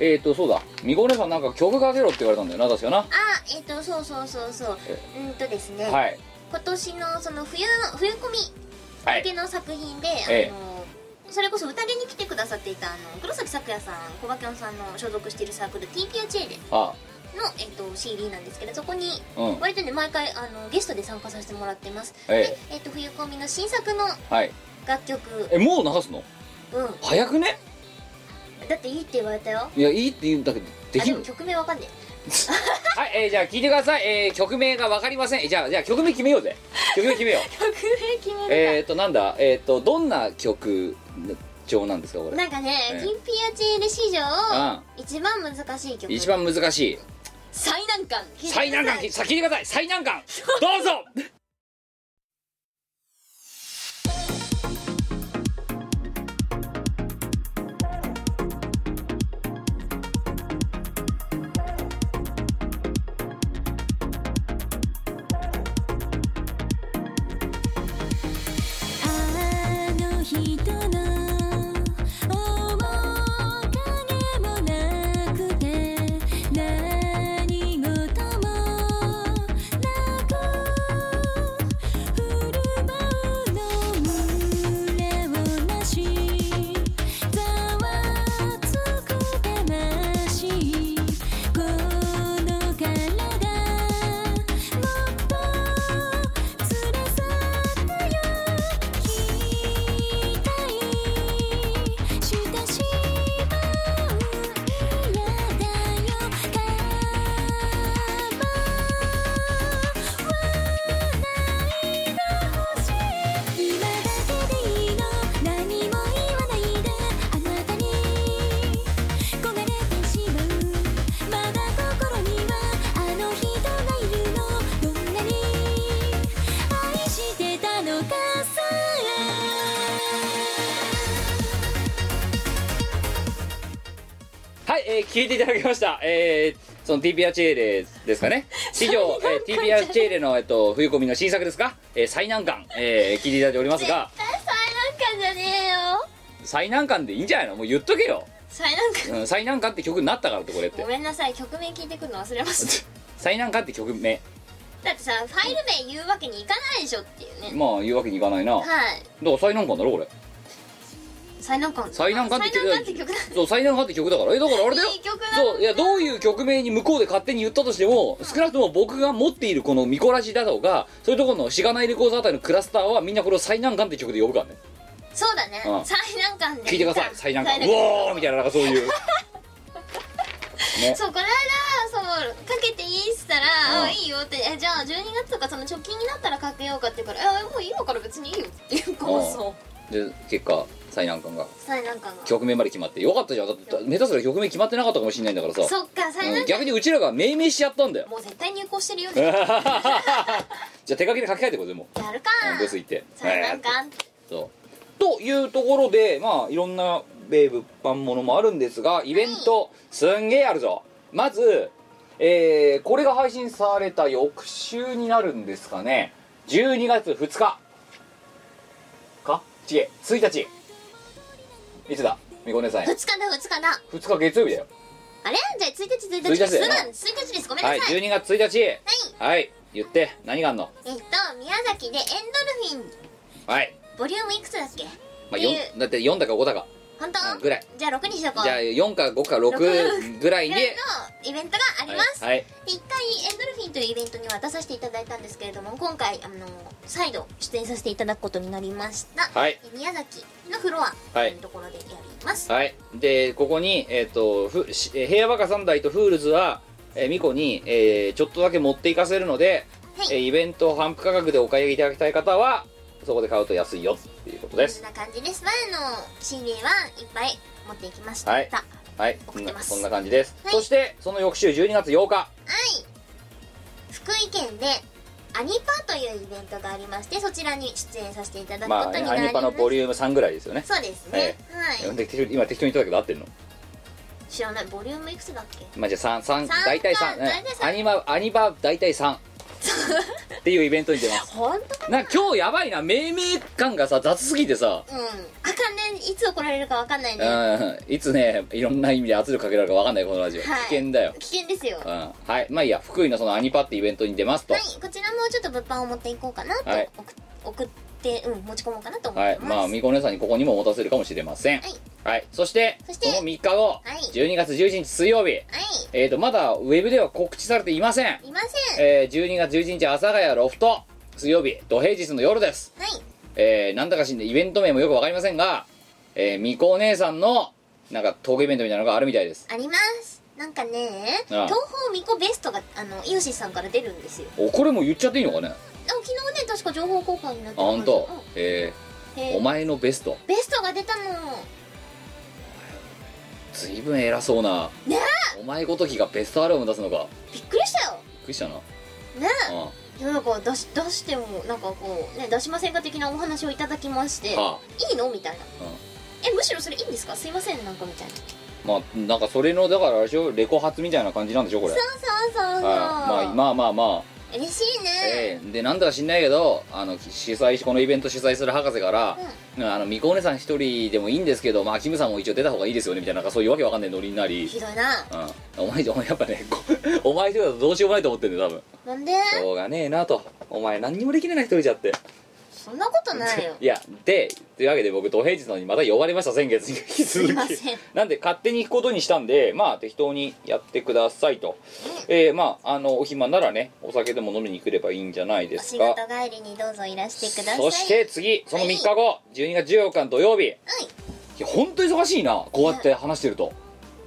えっ、ー、と、そうだ、みこお姉さんなんか曲かけろって言われたんだよな、確かな。あえっ、とそうそうそうそううんとですね、はい、今年のその冬の冬コミは向い、けの作品で、ええあのそれこそ宴に来てくださっていたあの黒崎咲夜さん小馬きょんさんの所属しているサークル TPHA であ、の、えっと CD なんですけどそこにうん、割とね毎回あのゲストで参加させてもらってます、えで、えっと冬コミの新作のえ、はい。楽曲え、もう流すのうん早くねだっていいって言われたよいや、いいって言うんだけど、であきでるも曲名わかんねはい、えー、じゃあ聞いてください。えー、曲名がわかりません。じゃあ、じゃあ曲名決めよ うぜ。曲名決めよう。え曲名決めるか、えっと、なんだ、えっ、と、どんな曲調なんですか、これ。なんかね、ええティンピアチェーレ史上う一番難しい曲ん、一番難しい。最難関最難 関、さ、聞いてください。最難関、どうぞあの人の面影もなくて何事もなく振る舞うの胸をなしざわつく魂この体もっと連れ去ったよ期待してしまう嫌だよかばわないでほしい今だけでいいの何も言わないであなたに焦がれてしまうまだ心にはあの人がいるのどんなに愛してたのかさはい、えー聞いていただきました。えーその TPR チェーレですか ね。以上、えー、TPR チェーレの、えっと、冬込みの新作ですか、えー最難関、えー聞いていただいておりますが、最難関じゃねえよ最難関でいいんじゃないのもう言っとけよ。最難関うん、最難関って曲になったからって、これってご。めんなさい曲名聞いてくるの忘れました最難関って曲名。だってさファイル名言うわけにいかないでしょっていうねまあ、言うわけにいかないな。だかはいら最難関だろ、これ。最難関最難関って最難関って曲だそう、最難関って曲だから。え、だからあれだよ。いい曲なそういやどういう曲名に向こうで勝手に言ったとしても少なくとも僕が持っているこのミコラジだとかそういうところのしがないレコーズあたりのクラスターはみんなこれを最難関って曲で呼ぶからねそうだねうん最難関で聞いてください最難関う最おーみたいななんかそういうねそうこの間そうかけていいっつったうらんあいいよってえじゃあ12月とかその直近になったらかけようかって言うからえもう今から別にいいよっていう構想で結果最難関が最難関が曲名まで決まってよかったじゃんだって下手すら曲名決まってなかったかもしれないんだからさ、そっか最うん難関逆にうちらが命名しちゃったんだよもう絶対入稿してるよじねゃあ手書きで書き換えてこれでもやるかうんブース行って最難関そうというところでまあいろんな米物販ものもあるんですがイベントすんげえあるぞまず、えーこれが配信された翌週になるんですかね12月2日か違え1日いつだみこお姉さん2や日だ2日だ2日月曜日だよあれじゃあ1日1 1日日すだよぐな1日ですごめんなはさいい12月1日はい言って何があんのえっと宮崎でエンドルフィンはい、ボリュームいくつだっけまあ、よんだって4だか5だか本当うんぐらいじゃあ6にしとこうじゃあ4か5か6ぐらいにぐらいのイベントがあります、はい、はい一回エンドルフィンというイベントには出させていただいたんですけれども今回あの再度出演させていただくことになりました、はいえ宮崎のフロアとはいいうところでやります、はい、でここに、えー、とふしえー平和バカ3台とフールズは、えー、ミコに、えーちょっとだけ持っていかせるので、はいえーイベントを半分価格でお買い上げいただきたい方はそこで買うと安いよっていうことでこんす、な感じです前の CD はいっぱい持っていきました、はいはい送ってますこんな感じです、はいそしてその翌週12月8日福井県でアニパというイベントがありましてそちらに出演させていただくまあことになアりまニす、パのボリューム3ぐらいですよねそうですね、はいで適当に今適当に言ったけど合ってるの知らないボリュームいくつだっけまあじゃあ3 3三か大体3、大体三アニマアニバ大体3 っていうイベントに出ます本当なんか今日やばいな命名感がさ雑すぎてさうんあかんねいつ怒られるかわかんないね、うんいつねいろんな意味で圧力かけられるかわかんないこのラジオ、はい危険だよ、危険ですようん、ははいまあいいや福井のそのアニパってイベントに出ますと、いこちらもちょっと物販を持っていこうかなと、はい送送ってうん持ち込もうかなと思はいい、ます、まあ、みこお姉さんにここにも持たせるかもしれません。ははいい。そして、そしてこの3日後、はい12月11日水曜日、はいえっ、と、まだウェブでは告知されていません。いませんえー、12月11日、阿佐ヶ谷ロフト、水曜日、土平日の夜です。はいえー、なんだかしんで、イベント名もよくわかりませんが、えー、みこお姉さんの、なんか、トークイベントみたいなのがあるみたいです。ありますなんかねああ東方巫女ベストがあのイオシスさんから出るんですよお、これも言っちゃっていいのかねあ、でも昨日ね確か情報交換になってたほんと。えうんへー、えお前のベスト。ベストが出たのずいぶん偉そうな。ねお前ごときがベストアルバム出すのか。びっくりしたよびっくりしたな。ねうん。いやなんか出し出してもなんかこうね出しませんか的なお話をいただきまして、はいいのみたいな、うんえむしろそれいいんですかすいませんなんかみたいなそうまあなんかそれのだからあれでしょレコ発みたいな感じなんでしょこれそうそうそう、はいまあまあまあまあ、嬉しいね、ええでなんだか知んないけどあの主催しこのイベント主催する博士から「あのみこお姉さん一人でもいいんですけどまあキムさんも一応出た方がいいですよね」みたいななんかそういうわけわかんないノリになり、ひどいなうん、お前お前やっぱねこお前一人だとどうしようもないと思ってんだよ多分なんでしょうがねえなとお前何にもできねえな一人じゃってそんなことないよいや でというわけで僕土平日のにまた呼ばれました先月に引き続きすいませんなんで勝手に行くことにしたんでまあ適当にやってくださいと、えーまああのお暇ならねお酒でも飲みに来ればいいんじゃないでおす仕か事帰りにどうぞいらしてくださいそして次その3日後、12月14日の土曜日、いや本当忙しいなこうやって話してると、そう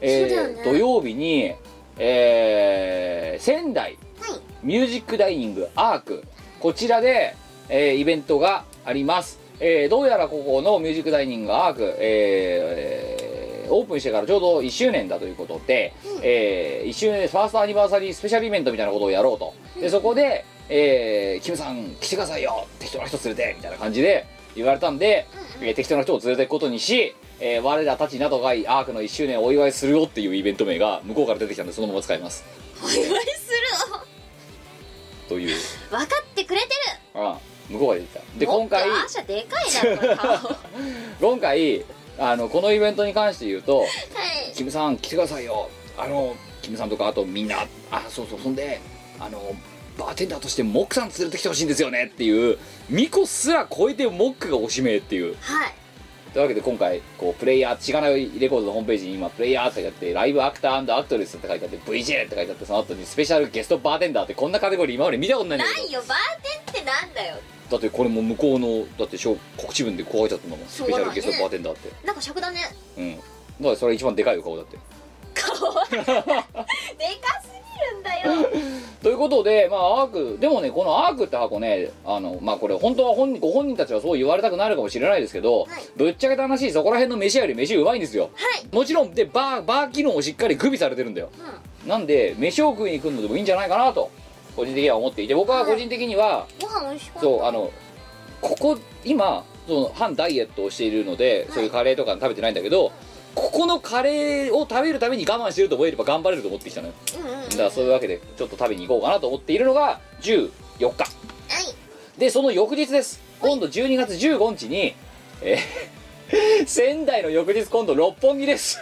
だよえーね土曜日にえー仙台はいミュージックダイニングアークこちらで、えーイベントがあります、えーどうやらここのミュージックダイニングアーク、えーえーオープンしてからちょうど1周年だということで、え1周年ファーストアニバーサリースペシャルイベントみたいなことをやろうとでそこで、えーキムさん来てくださいよ適当な人連れてみたいな感じで言われたんで、えー適当な人を連れていくことにし、えー我らたちなどがアークの1周年をお祝いするよっていうイベント名が向こうから出てきたんでそのまま使いますお祝いするのという分かってくれてるあ向こうが出てきたで今回もっとアーシャでかいなこれ顔 は今回あのこのイベントに関して言うと「いキムさん来てくださいよ」あのキムさんとかあとみんなあそうそうそんであのバーテンダーとしてモックさん連れてきてほしいんですよねっていうミコすら超えてモックがおしめっていうはいというわけで今回こうプレイヤーしがないレコードのホームページに今プレイヤーって書いてあってライブアクターアクトレスって書いてあって VJ って書いてあってその後にスペシャルゲストバーテンダーってこんなカテゴリー今まで見たことないんだけなどいよバーテンってなんだよだってこれも向こうのだって小告知文でこう書いちゃったんだもんスそうペだシャねルゲストバーテンダーってなんか尺だねうんだからそれ一番でかいよ顔だって顔でかすぎるんだよということでまあアークでもねこのアークって箱ねあのまあこれ本当は本人ご本人たちはそう言われたくなるかもしれないですけど、いぶっちゃけた話そこら辺の飯屋より飯うまいんですよはいもちろんでバーバー機能をしっかり具備されてるんだようんなんで飯を食いに来るのでもいいんじゃないかなと個人的には思っていて僕は個人的には、ご飯美味しかったそうあのここ今その反ダイエットをしているのでそういうカレーとか食べてないんだけど、ここのカレーを食べるために我慢してると思えれば頑張れると思ってきたのようんうんうんはだからそういうわけでちょっと食べに行こうかなと思っているのが14日いでその翌日です今度12月15日にえー 仙台の翌日今度六本木です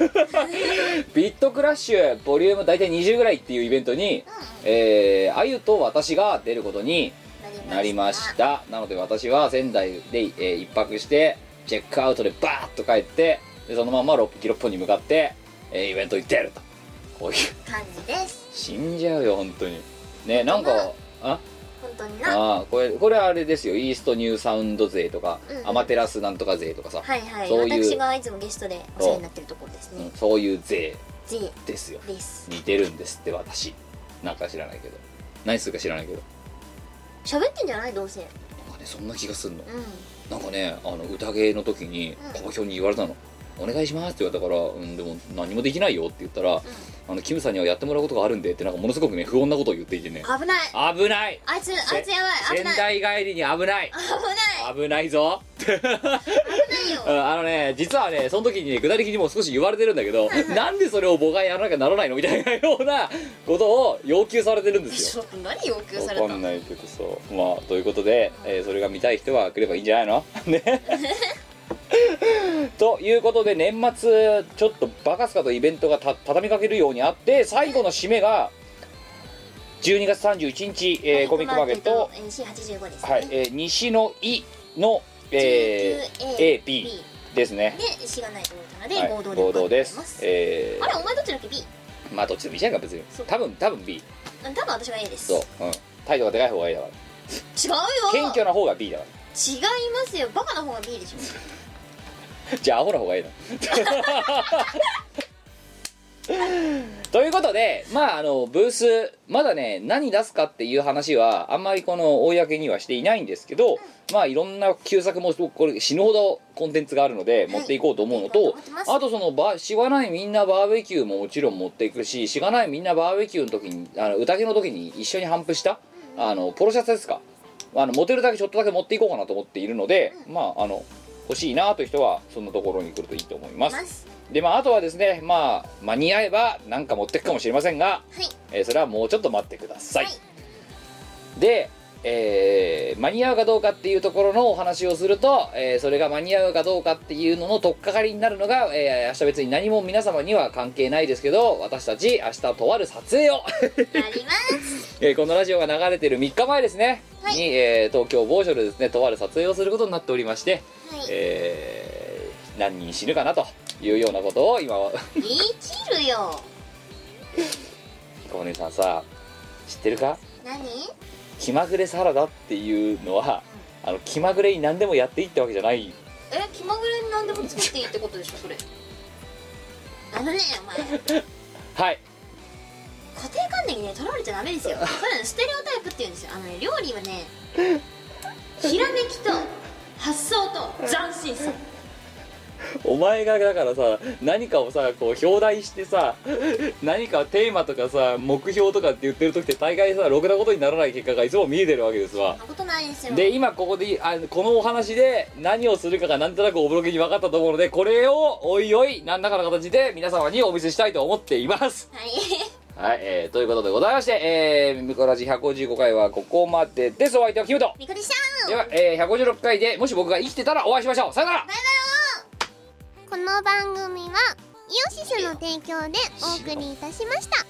ビットクラッシュボリューム大体20ぐらいっていうイベントに、えーあゆと私が出ることになりましたなので私は仙台で、えー一泊してチェックアウトでバーッと帰ってでそのまま六キロ本に向かって、えーイベント行ってやるとこういう感じです死んじゃうよ本当にねなんかあ本当になはあーこれこれあれですよイーストニューサウンド勢とか、うんアマテラスなんとか勢とかさ、いはいそういう私がいつもゲストでお世話になってるところですうんねそういう勢 J ですよです似てるんですって私なんか知らないけど何するか知らないけど喋ってんじゃないどうせなんかねそんな気がするのうんなんかねあの宴の時にうん小評に言われたの、お願いしますって言われたから、うん、でも何もできないよって言ったら、あのキムさんにはやってもらうことがあるんでってなんかものすごくね不穏なことを言っていてね危ない危ないあいつあいつやばい危仙ない台帰りに危ない危ない危ないぞ危ないようんあのね実はねその時にね具体的にもう少し言われてるんだけどなんでそれを僕がやらなきゃならないのみたいなようなことを要求されてるんですち よょっと何要求されわかたんのないけどそうまあということで、えーそれが見たい人は来ればいいんじゃない のねということで年末ちょっとバカスカとイベントがた畳みかけるようにあって最後の締めが12月31日、えーコミックマーケット、 C85 ですね、はいえー西の「い」の、えー A AP ですねで石がないと思ったので、はい合同で合同で行っておりますす、えあれお前どっちだっけ B ー、まあどっちでもいいじゃないか別にそう多分多分 B 多分私が A ですそう、うん、態度がでかい方がいいだから違うよ謙虚な方が B だか違いますよバカな方が B でしょらじゃあアホな方がい いなということでまああのブースまだね何出すかっていう話はあんまりこの公にはしていないんですけどまあいろんな旧作もこれ死ぬほどコンテンツがあるので持っていこうと思うのと、待ってますあとそのばしがないみんなバーベキューももちろん持っていくししがないみんなバーベキューの時にあの宴の時に一緒に反布したあのポロシャツですかあのモテるだけちょっとだけ持っていこうかなと思っているので、まああの欲しいなという人はそんなところに来るといいと思いますますでまああとはですねまあ間に合えば何か持っていくかもしれませんが、はいえーそれはもうちょっと待ってください、はいで、えー間に合うかどうかっていうところのお話をすると、えーそれが間に合うかどうかっていうのの取っかかりになるのが、えー明日別に何も皆様には関係ないですけど私たち明日とある撮影を、 やりますえーこのラジオが流れてる3日前ですね、はいに、えー東京某所でですねとある撮影をすることになっておりまして、はい、えー何人死ぬかなというようなことを今はできるよ彦お姉さんさ知ってるか何気まぐれサラダっていうのはあの気まぐれに何でもやっていいってわけじゃないえ気まぐれに何でも作っていいってことでしょそれあのねお前固はい定観念にねとらわれちゃダメですよそういうのステレオタイプって言うんですよあのね料理はねひらめきと発想と斬新さお前がだからさ何かをさこう表題してさ何かテーマとかさ目標とかって言ってる時って大概さろくなことにならない結果がいつも見えてるわけですわそんなことないですよで今ここであこのお話で何をするかがなんとなくおぼろげに分かったと思うのでこれをおいおい何らかの形で皆様にお見せしたいと思っていますはい はい、えー、ということでございまして、えー、ミコラジ155回はここまでですお相手はキムトみこでしたでは、えー、156回でもし僕が生きてたらお会いしましょうさよならこの番組はイオシスの提供でお送りいたしました